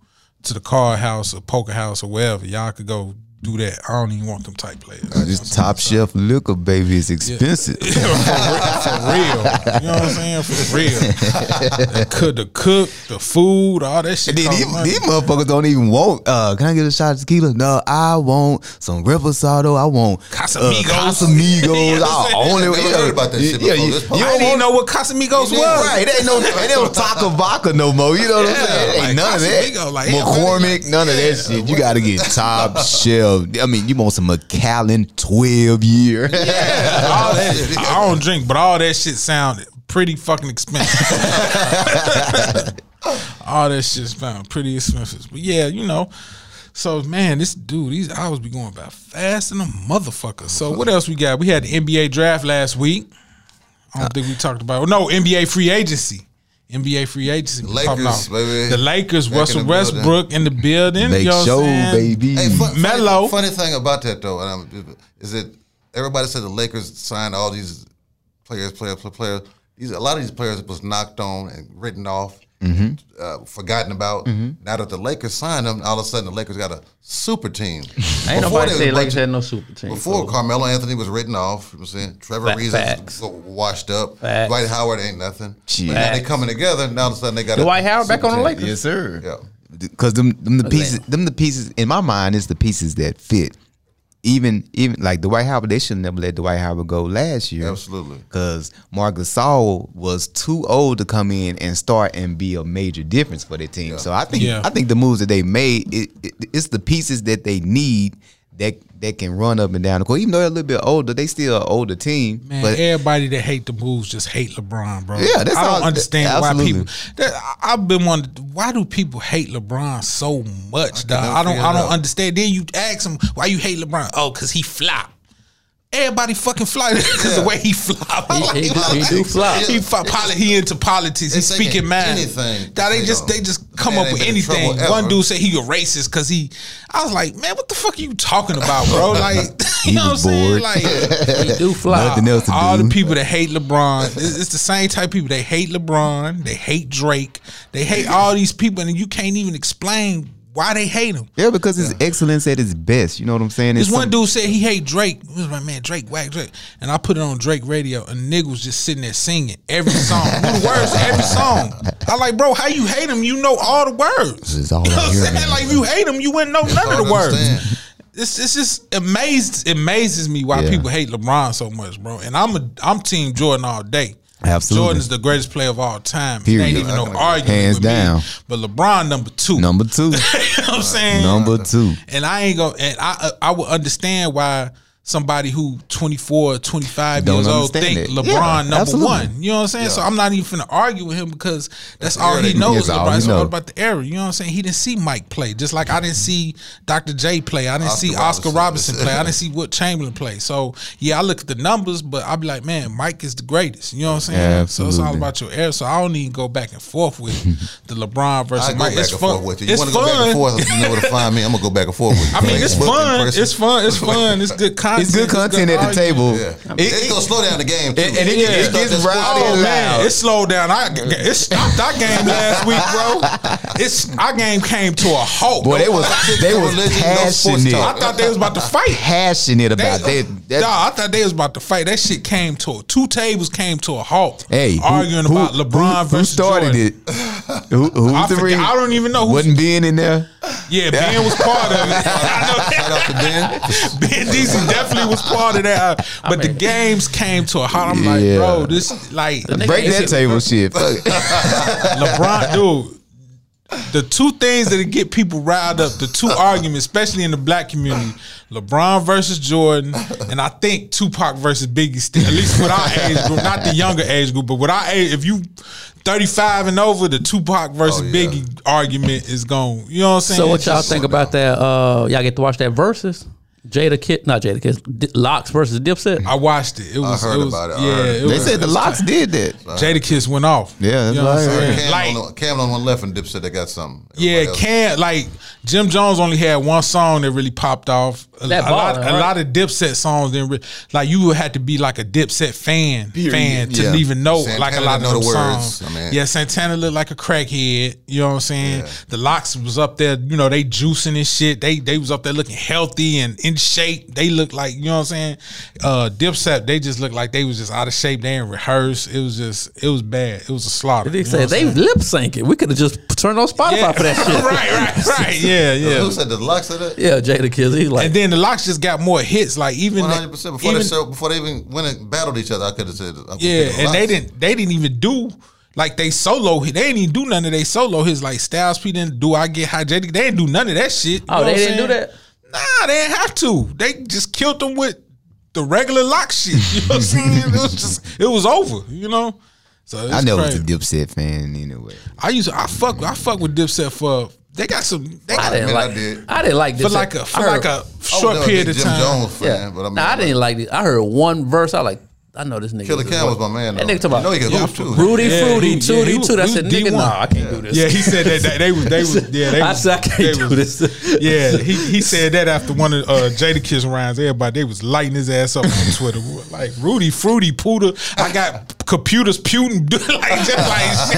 to the card house or poker house or wherever. Y'all could go do that. I don't even want them type players.
This top shelf liquor, baby, is expensive.
for, re- for real. You know what I'm saying? For real. Could the cook, the food, all that shit.
And then
cost
these,
money.
these motherfuckers don't even want. Uh, can I get a shot of tequila? No, I want some reposado. I want
Casamigos.
Uh, Casamigos.
Yeah,
I
I'm
own
saying.
it.
Never heard about that shit
Yeah,
before
you,
this
you
part.
I
don't
didn't even
want.
know what Casamigos was.
Right, they ain't no, they don't talk of vodka no more. You know what I'm saying?
Yeah,
Ain't
like
none of
Casamigos,
that.
like, yeah,
McCormick, none of that shit. You got to get top shelf. I mean, you want some McAllen twelve year.
all that. I don't drink, but all that shit sounded pretty fucking expensive. all that shit sounded pretty expensive, but yeah, you know. So man, this dude, these hours be going by fast and a motherfucker. So what else we got? We had the NBA draft last week. I don't think we talked about. No NBA free agency. NBA free agency. We talking
Lakers,
about
baby.
The Lakers,
Back in
Russell
the building.
Westbrook in the building.
Make
you know what I'm
show,
saying?
baby.
Mm.
Hey, fun,
Mello.
Funny, funny thing about that though, and I'm, is that everybody said the Lakers signed all these players, players, players. players. These a lot of these players was knocked on and written off,
Mm-hmm.
uh, forgotten about. Now that the Lakers signed them, all of a sudden the Lakers got a super team.
Ain't
Before
nobody
they
said
was
Lakers
bunch-
had no super team. so-
Before Carmelo Anthony was written off, you know what I'm saying Trevor
Fa-
Reza
facts.
washed up.
Facts.
Dwight Howard ain't nothing.
Shit.
But Now they
Facts.
coming together. Now all of a sudden they got
Dwight
a
Howard back
super
on the
team.
Lakers.
Yes, sir.
Yeah.
because them, them the
Okay.
pieces them the pieces in my mind is the pieces that fit. Even even like Dwight Howard, they should have never let Dwight Howard go last year.
Absolutely.
Because Marc Gasol was too old to come in and start and be a major difference for the team. So I think
Yeah.
I think the moves that they made, it, it, it's the pieces that they need that that can run up and down the court. Even though they're a little bit older, they still an older team.
Man,
but
everybody that hate the Bulls just hate LeBron, bro.
Yeah, that's
I don't
all-
understand why
absolutely.
people. That, I- I've been wondering why do people hate LeBron so much, dog?
never
I don't,
figure
I
it
don't
out.
understand. Then you ask them why you hate LeBron. Oh, cause he flop. Everybody fucking flop because the way he flop. Like,
he do- he do flop.
He, flop, poli- he into politics. He's
They say
speaking mad.
anything
Dog, they
to
just
say,
they just
oh,
come
man
up with
ain't been in
anything.
trouble
One
ever.
dude said he a racist because he. I was like, man, what the fuck are you talking about, bro? Like, you
He
know what I'm
was
saying?
bored.
Like.
He do fly.
Nothing else to
All
do.
the people that hate LeBron, it's, it's the same type of people. They hate LeBron, they hate Drake, they hate all these people, and you can't even explain why they hate him.
yeah, because it's excellence at its best. You know what I'm saying?
This one
some-
dude said he hate Drake. It was my man Drake, whack Drake, and I put it on Drake radio, and nigga was just sitting there singing every song, knew the words to every song. I like, bro, how you hate him? You know all the words.
This is all
you know
I
what I'm
hear,
saying?
man.
Like, if you hate him, you wouldn't know none
hard
of the
to
words.
understand.
It's, it's just amazed it amazes me why
Yeah.
people hate LeBron so much, bro. And I'm a I'm team Jordan all day.
Absolutely.
Jordan is the greatest player of all time. There
Period.
ain't even no argument.
Hands
with me.
down.
But LeBron number two.
number two,
you know what I'm saying?
number two.
And I ain't gonna and I uh, I would understand why somebody who 24, 25
Don't
years old
understand
think
it.
LeBron
Yeah,
number
absolutely.
one. You know what I'm saying? So I'm not even finna argue with him because that's, all
era
he
they-
knows.
That's all
LeBron.
he
It's all
know.
about the era. You know what I'm saying? He didn't see Mike play, just like I didn't see Dr. J play. I didn't
Oscar
see Oscar Robinson
Robertson.
play. I didn't see Wood Chamberlain play. So yeah, I look at the numbers, but I'll be like, man, Mike is the greatest. You know what I'm saying?
Yeah,
So it's all
absolutely.
about your era. So I don't even go back and forth with the LeBron versus
I go
Mike.
back
It's
and
fun.
forth with you. You
It's
want to go back
fun.
and forth? You know where to find me. I'm gonna go back and forth with you.
I mean, it's
Facebook in
fun.
person.
It's fun. It's fun. It's good content. Oh,
It's good content at the
argument.
table.
Yeah,
It-
it's
it-
gonna slow down the game too.
and- and it- it gets
That's
rowdy
what-
Oh
and
man,
loud.
it slowed down. I it stopped our game last week, bro. It's our game came to a halt.
Boy, they was they was
Religion, no sports
passionate,
talk.
I thought they was about to fight.
passionate
They,
about that. that
Nah, I thought they was about to fight. That shit came to a, two tables came to a halt.
hey, who-
arguing
who-
about LeBron
who,
versus
who started
Jordan.
it? Who, who's
I,
the
forget-
reason?
I don't even know. Who,
Wasn't being in there.
yeah, Ben was part of it. I know
Shout out to Ben.
Ben Diesel definitely was part of that. uh, But the
mean-
games came to a halt. I'm
Yeah.
like, bro, this like
nigga
Break
ain't
that
shit.
table shit. Fuck it.
LeBron, dude. The two things that get people riled up, the two arguments, especially in the black community, LeBron versus Jordan, and I think Tupac versus Biggie still, at least with our age group, not the younger age group, but with our age, if you 35 and over, the Tupac versus
Oh, yeah.
Biggie argument is gone. You know what I'm saying?
So what
It's
y'all
just-
think about that? Uh, y'all get to watch that versus. Jada Kid, not Jada Kid, D- Locks versus Dipset.
I watched it. It was.
heard
it was,
about it. I
Yeah,
heard.
it
They
was-
said the locks did that.
Jada Kiss went off.
Yeah, that's
you know what I'm
what I heard.
saying?
Cam,
Like,
on the, Cam on one left and Dip said they got something.
yeah,
Everybody else-
can like Jim Jones only had one song that really popped off. A,
That
a lot,
baller,
a
right?
lot of Dipset songs didn't re- like you would have to be like a Dipset fan fan to
Yeah.
even know
Santana
like a lot of
know
them
the words,
songs.
I mean.
yeah, Santana looked like a crackhead. You know what I'm saying? The locks was up there. You know they juicing and shit. They they was up there looking healthy and in shape. They looked like you know what I'm saying. Uh, Dipset they just looked like they was just out of shape. They didn't rehearse. It was just it was bad. It was a slaughter.
They
you know what
said
I'm
they
saying?
lip sync it. We could have just turned on Spotify for that shit.
right, right, right. Yeah, yeah.
Who said the locks of that?
Yeah, Jada Kiss. He's like,
And then the locks just got more hits. Like even
One hundred percent. Before
even-
they so before they even went and battled each other, I could have said. I could've
yeah,
said the
and they
Locks.
didn't they didn't even do like they solo hit. They didn't even do none of they solo hits. Like Styles P didn't do I get high Jada. They didn't do none of that shit. You know
oh,
what
they
I'm
didn't do
saying?
that.
Nah, they didn't have to. They just killed them with the regular lock shit. You know what I'm saying? It was just it was over. You know. So it's
I never was
crazy.
a Dipset fan anyway.
I used to, I fuck I fuck with Dipset for they got some they
I
got
didn't
Man, I
like. I,
did.
didn't like
for
this.
like a for
I heard-
like a short
I was never a big
period of
Jim
time.
Jones fan,
Yeah,
but I mean,
nah, I didn't like this. I heard one verse. I like. I know this nigga.
Killer
is-
Cam was my man.
That
though.
nigga talking
You know
about
he can
Yeah,
hoop
I-
too.
Rudy
Yeah,
Fruity,
he-
Tooty,
yeah, he was-
Toot. I
he
said,
was
nigga,
D1.
nah, I can't do this.
Yeah, he said that, that they was they was yeah they
I
was,
said, I can't
they
do
was-
this.
Yeah, he, he said that after one of uh, Jada Kiss rounds. Everybody they was lighting his ass up on Twitter. Like Rudy Fruity Pooter, I got computers putin like just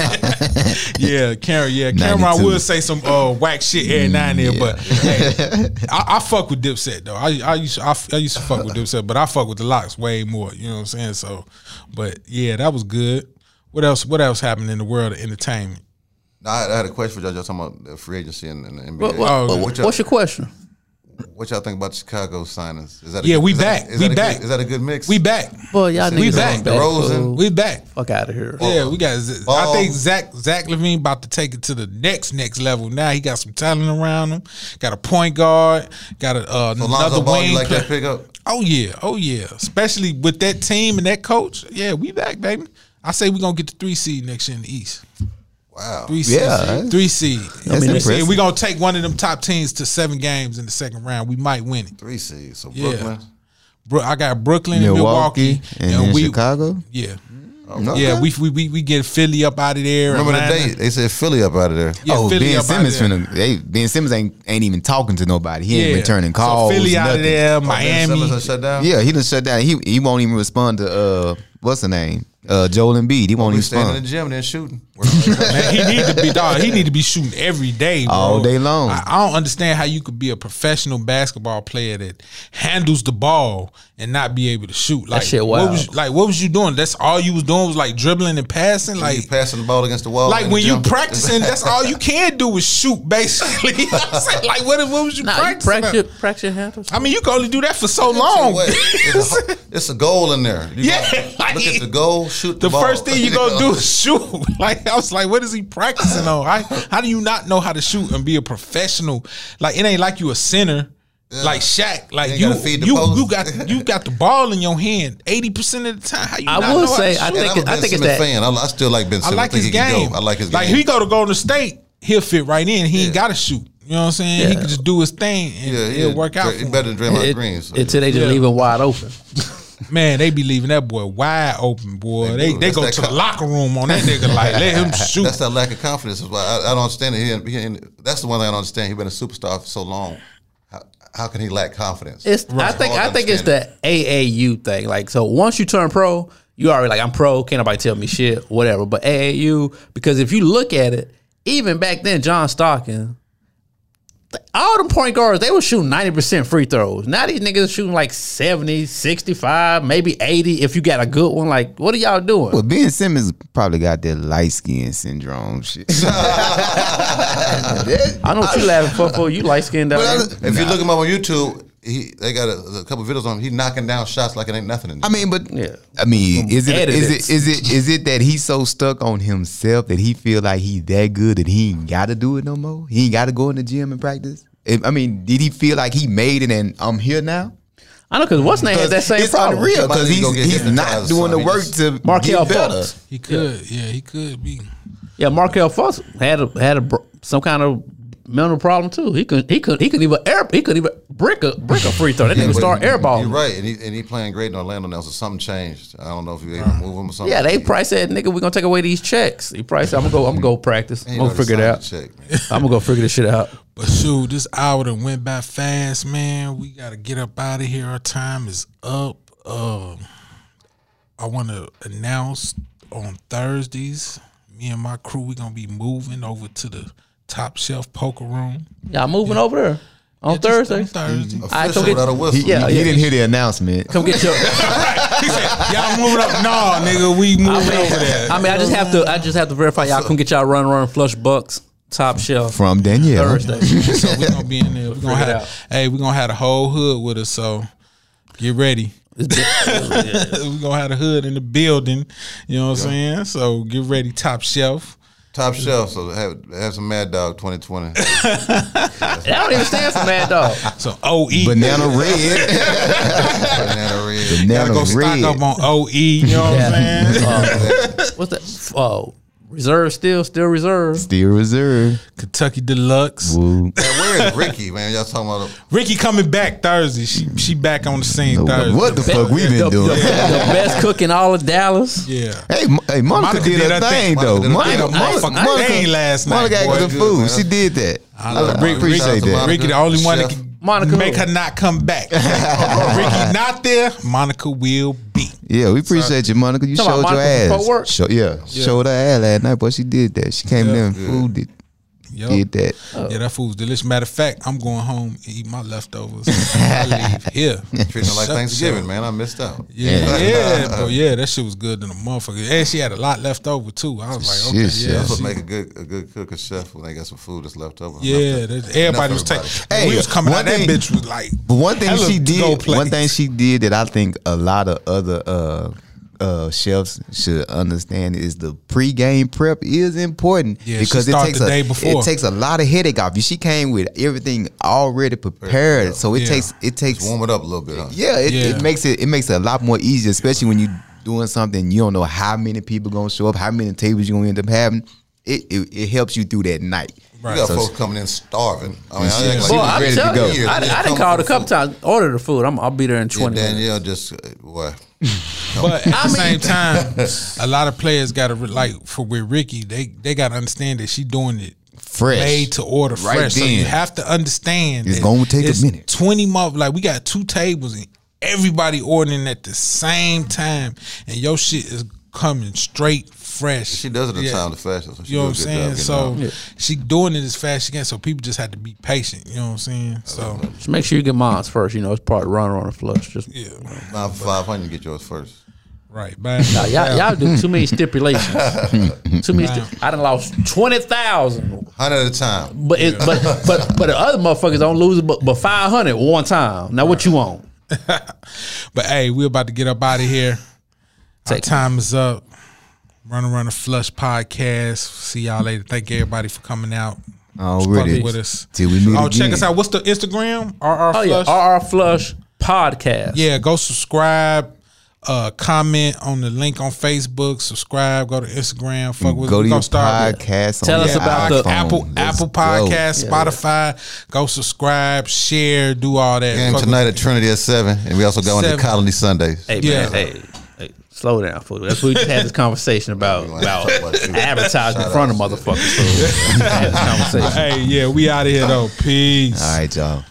like shit. yeah, Karen. Yeah, Cameron
92.
would say some uh, whack shit every
Mm,
now and then, but hey, I, I fuck with Dipset though. I I used to, I, I used to fuck with Dipset, but I fuck with the locks way more. You know what I'm saying? So, but yeah, that was good. What else? What else happened in the world of entertainment?
Nah, I I had a question for y'all. Y'all talking about the free agency and, and the NBA.
What, what-
Oh,
what-
what y'all-
what's your question?
What y'all think about Chicago signings? Is that a
Yeah,
good-
we
is that-
back.
is
We
that a
back.
Good, is that a good mix?
We back.
Boy, y'all
See,
niggas going
back.
back.
DeRozan.
fool.
We back.
Fuck out of here.
Oh.
Yeah, we got. Z- I
Ball.
think Zach Zach Levine about to take it to the next next level. Now he got some talent around him. Got a point guard. Got a, uh, another
Lonzo Ball,
wing.
you like
play-
that pickup?
Oh yeah, oh yeah. Especially with that team and that coach. Yeah, we back, baby. I say we gonna get the three seed next year in the East.
Wow.
Three seed.
Yeah, that's-
three seed.
that's
Three seed.
impressive.
We gonna take one of them top teams to seven games in the second round. We might win it.
Three seeds. So
Yeah.
Brooklyn.
Bro, I got Brooklyn, and
Milwaukee,
Milwaukee,
and, then Chicago.
Yeah, Oh,
Okay.
yeah. We, we we we get Philly up out of there.
Remember the
Atlanta.
date? They said Philly up out of there.
Yeah,
oh,
Philly
Ben
up out
Simmons
there.
finna, they, Ben Simmons ain't ain't even talking to nobody. He ain't returning
So
calls.
Philly out of
nothing. Oh,
there,
Ben
Miami.
Simmons done shut down.
Yeah, he done shut down. He he won't even respond to uh what's the name? Uh Joel Embiid. He won't
We
even
standing in
respond.
the gym then shooting.
Man, he need to be dog. He need to be shooting every day, bro.
All day long.
I, I don't understand how you could be a professional basketball player that handles the ball and not be able to shoot. Like
shit
what
wild.
was you- like what was you doing? That's all you was doing was like dribbling and passing. Like
you passing the ball against the wall. in
like
the
when you
gym.
practicing, that's all you can do is shoot. Basically, You know what I'm saying? like what what was you
Nah, you
practicing?
practice, practice your handles.
I mean, you can only do that for so long.
Wait, it's, a, it's a goal in there. You
Yeah,
gotta
like-
look at the goal. Shoot the,
the
ball.
first thing you gonna do is shoot. Like I was like, what is he practicing on? I, how do you not know how to shoot and be a professional? Like it ain't like you a center. Like Shaq, like
You
you,
ain't gotta feed the
you,
post.
you got you got the ball in your hand eighty percent of the time. How you
I
not
will
know how
say,
to
I
shoot?
And
think
I'm
it-
a
I
Ben
think it's
Simmons
that-
fan. I, I still like Ben
I
Simmons.
like
think
his
he can go.
game.
I like his game.
Like he go to Golden State, he'll fit right in. He ain't got to shoot. You know what I'm saying? He
Yeah.
can just do his thing and
yeah,
it'll
yeah.
work out.
He's
for
better
him.
than Draymond
It-
Green. So.
until they just
Yeah.
leave him wide open.
Man, they be leaving that boy wide open, boy. They
They
they,
do.
go
That's
to
that
the
co-
locker room on that nigga like let him shoot.
That's that lack of confidence is why I, I don't understand it. He didn't- he didn't- that's the one thing I don't understand. He's been a superstar for so long. How, how can he lack confidence?
It's I think I think it's the AAU thing. Like so, once you turn pro, you already like I'm pro. Can't nobody tell me shit, whatever. But AAU because if you look at it, even back then, John Stockton, th- all them point guards they were shooting ninety percent free throws. Now these niggas are shooting like 70, 65, maybe eighty. If you got a good one, like what are y'all doing?
Well, Ben Simmons probably got that light skin syndrome shit. That-
I know what you laughing for. fool. You light skinned
But
out.
other- if you look him up on YouTube, he they got a, a couple videos on him. He knocking down shots like it ain't nothing. In there.
I mean, but
Yeah.
I mean, is it,
Edit
is
it.
it is it is it that he's so stuck on himself that he feel like he that good that he ain't got to do it no more? He ain't got to go in the gym and practice. If- I mean, did he feel like he made it and I'm here now?
I know because what's name had that same
it's
problem.
unreal
Somebody
because
need to
he's,
go get
he's not
hypnotized or
doing the
something.
work
He
to
Markel
get better.
Fultz.
He could, yeah, he could be.
Yeah, Markel Fultz had a had a br- some kind of mental problem too. He could he could he could even air he could even brick a brick a free throw. That nigga
but
start airball.
You're right, and he, and he playing great in Orlando now, so something changed. I don't know if you able to move him or something.
Yeah, they probably said, "Nigga, we're gonna take away these checks." He probably said, "I'm gonna go. I'm gonna go practice. I'm
Ain't no
gonna figure it out.
decided Check, man.
I'm gonna go figure this shit out."
But shoot, this hour done went by fast, man. We gotta get up out of here. Our time is up. Um, I want to announce on Thursdays, me and my crew, we gonna be moving over to the Top Shelf Poker Room
Y'all moving over there on
Just on
Thursday.
Thursday.
I
Official
took it-
without a whistle.
He,
Yeah,
he, he
yeah.
didn't hear the announcement.
Come get your.
He said, "Y'all moving up? No, nigga, we moving
I mean,
over there."
I mean, I just have to. I just have to verify y'all come get y'all run run flush bucks top shelf
From Danielle.
Thursday.
so we gonna be in there. We gonna
Figure it
have,
out.
hey, we gonna have the whole hood with us. So get ready. we gonna have the hood in the building. You know what I'm saying? So get ready, top shelf.
Top shelf, so have have some Mad Dog 2020.
I don't even stand for mad dog.
So E, OE.
Banana red.
Banana red.
Gotta
Banana
go stock
red.
up on OE. You know what I'm saying?
What's that? Oh, reserve still, still reserve.
Steel reserve.
Kentucky Deluxe.
Woo.
Man, where is Ricky, man? Y'all talking about a,
Ricky coming back Thursday. She she back on the scene Thursday.
What the fuck we
The,
been
the-
doing?
the best cook in all of Dallas.
Yeah.
Hey, Mo- hey, Monica, did her thing,
Monica
though.
did her
Monica,
thing.
Monica,
Motherfucker, I ain't last night,
Monica
boy.
got the food. She did that. I,
love it. Rick-
appreciate
Rick-
that.
Ricky, the only one that
Chef.
can
Monica
make
who?
her not come back. Ricky not there, Monica will be.
Yeah, we appreciate you, Monica. You
Talking
showed
about
your
Monica from
ass.
Fort Worth?
Show, yeah, showed her ass last night, but she did that. She came in there and food did,
Yo.
did that.
Yeah, that food's delicious. Matter of fact, I'm going home and eat my leftovers. I leave here.
treating it like
Shut
Thanksgiving,
up.
man? I missed out.
Yeah, yeah, bro. Yeah, that shit was good in the motherfucker. And she had a lot left over too. I was like, okay,
Shit,
yeah,
That's what
she-
make a good a good cook or chef when they got some food that's left over.
yeah. that- everybody was taking.
Hey,
we was coming
one
out. That
thing-
bitch was like,
But one thing
hella
she
go
did,
place.
one thing she did that I think a lot of other uh, uh, chefs should understand is the pre-game prep is important
Yeah, she
because it
start
takes
the
a
day before.
it takes a lot of headache off you. She came with everything already prepared, so it
Yeah.
takes it takes
warm it up a little bit. Huh?
yeah it,
Yeah.
it makes it it makes it a lot more easier, especially when you doing something you don't know how many people gonna show up, how many tables you gonna end up having. It it, it helps you through that night.
You
Right.
got
So-
folks coming in starving. I mean, I
Yeah.
act like
Boy,
Well,
was
I'm
ready to
telling
go.
you, I,
Yeah,
I done
come
called a
for
couple
food.
times. Order the food. I'm, I'll be there in
Yeah,
20 minutes.
Danielle just uh, boy.
But at the same time, a lot of players got to like for with Ricky, they they got to understand that she doing it
Fresh.
made to order
Right
fresh. So you
then.
have to understand
It's
that
gonna take a
it's
minute.
Twenty month, like we got two tables and everybody ordering at the same time, and your shit is coming straight fresh.
She does it in
Yeah.
time to fashion. So she
You know what I'm
do a good
saying?
job getting
So
out.
she doing it as fast as she can. So people just had to be patient. You know what I'm saying? So
Just make sure you get mine first. You know, it's part runner on the flush. Just
yeah,
Nah, for 500, you get yours first.
right. Bye.
Nah, y'all, y'all do too many stipulations. too many. Sti- I done lost twenty thousand,
100 at a time.
but it, but but but the other motherfuckers don't lose it, but but five hundred one time. Now what you want?
But hey, we're about to get up out of here. Our
Take-
time is up. Run around the flush podcast. See y'all later. Thank everybody for coming out.
Already
Fucking with us.
Till we meet
oh,
again.
check us out. What's the Instagram? RR
Oh yeah,
Flush.
RR Flush podcast.
yeah, go subscribe. Uh, comment on the link on Facebook. Subscribe. Go to Instagram. Fuck with. us.
Go
We
to your
gonna start-
podcast.
Tell
on
us
your
about
the
the
iPhone.
Apple
Let's
Apple
go.
Podcast, Spotify. Go subscribe, share, do all that.
Game
Fuck with-
tonight at Trinity at 7, and we also going to
Seven.
Colony Sundays.
Hey
Yeah.
man, hey, hey, slow down, fool. That's what we just had this conversation about about advertising in front of motherfuckers. fool. Had this conversation.
Hey, yeah, we out of here though. Peace.
All right, y'all.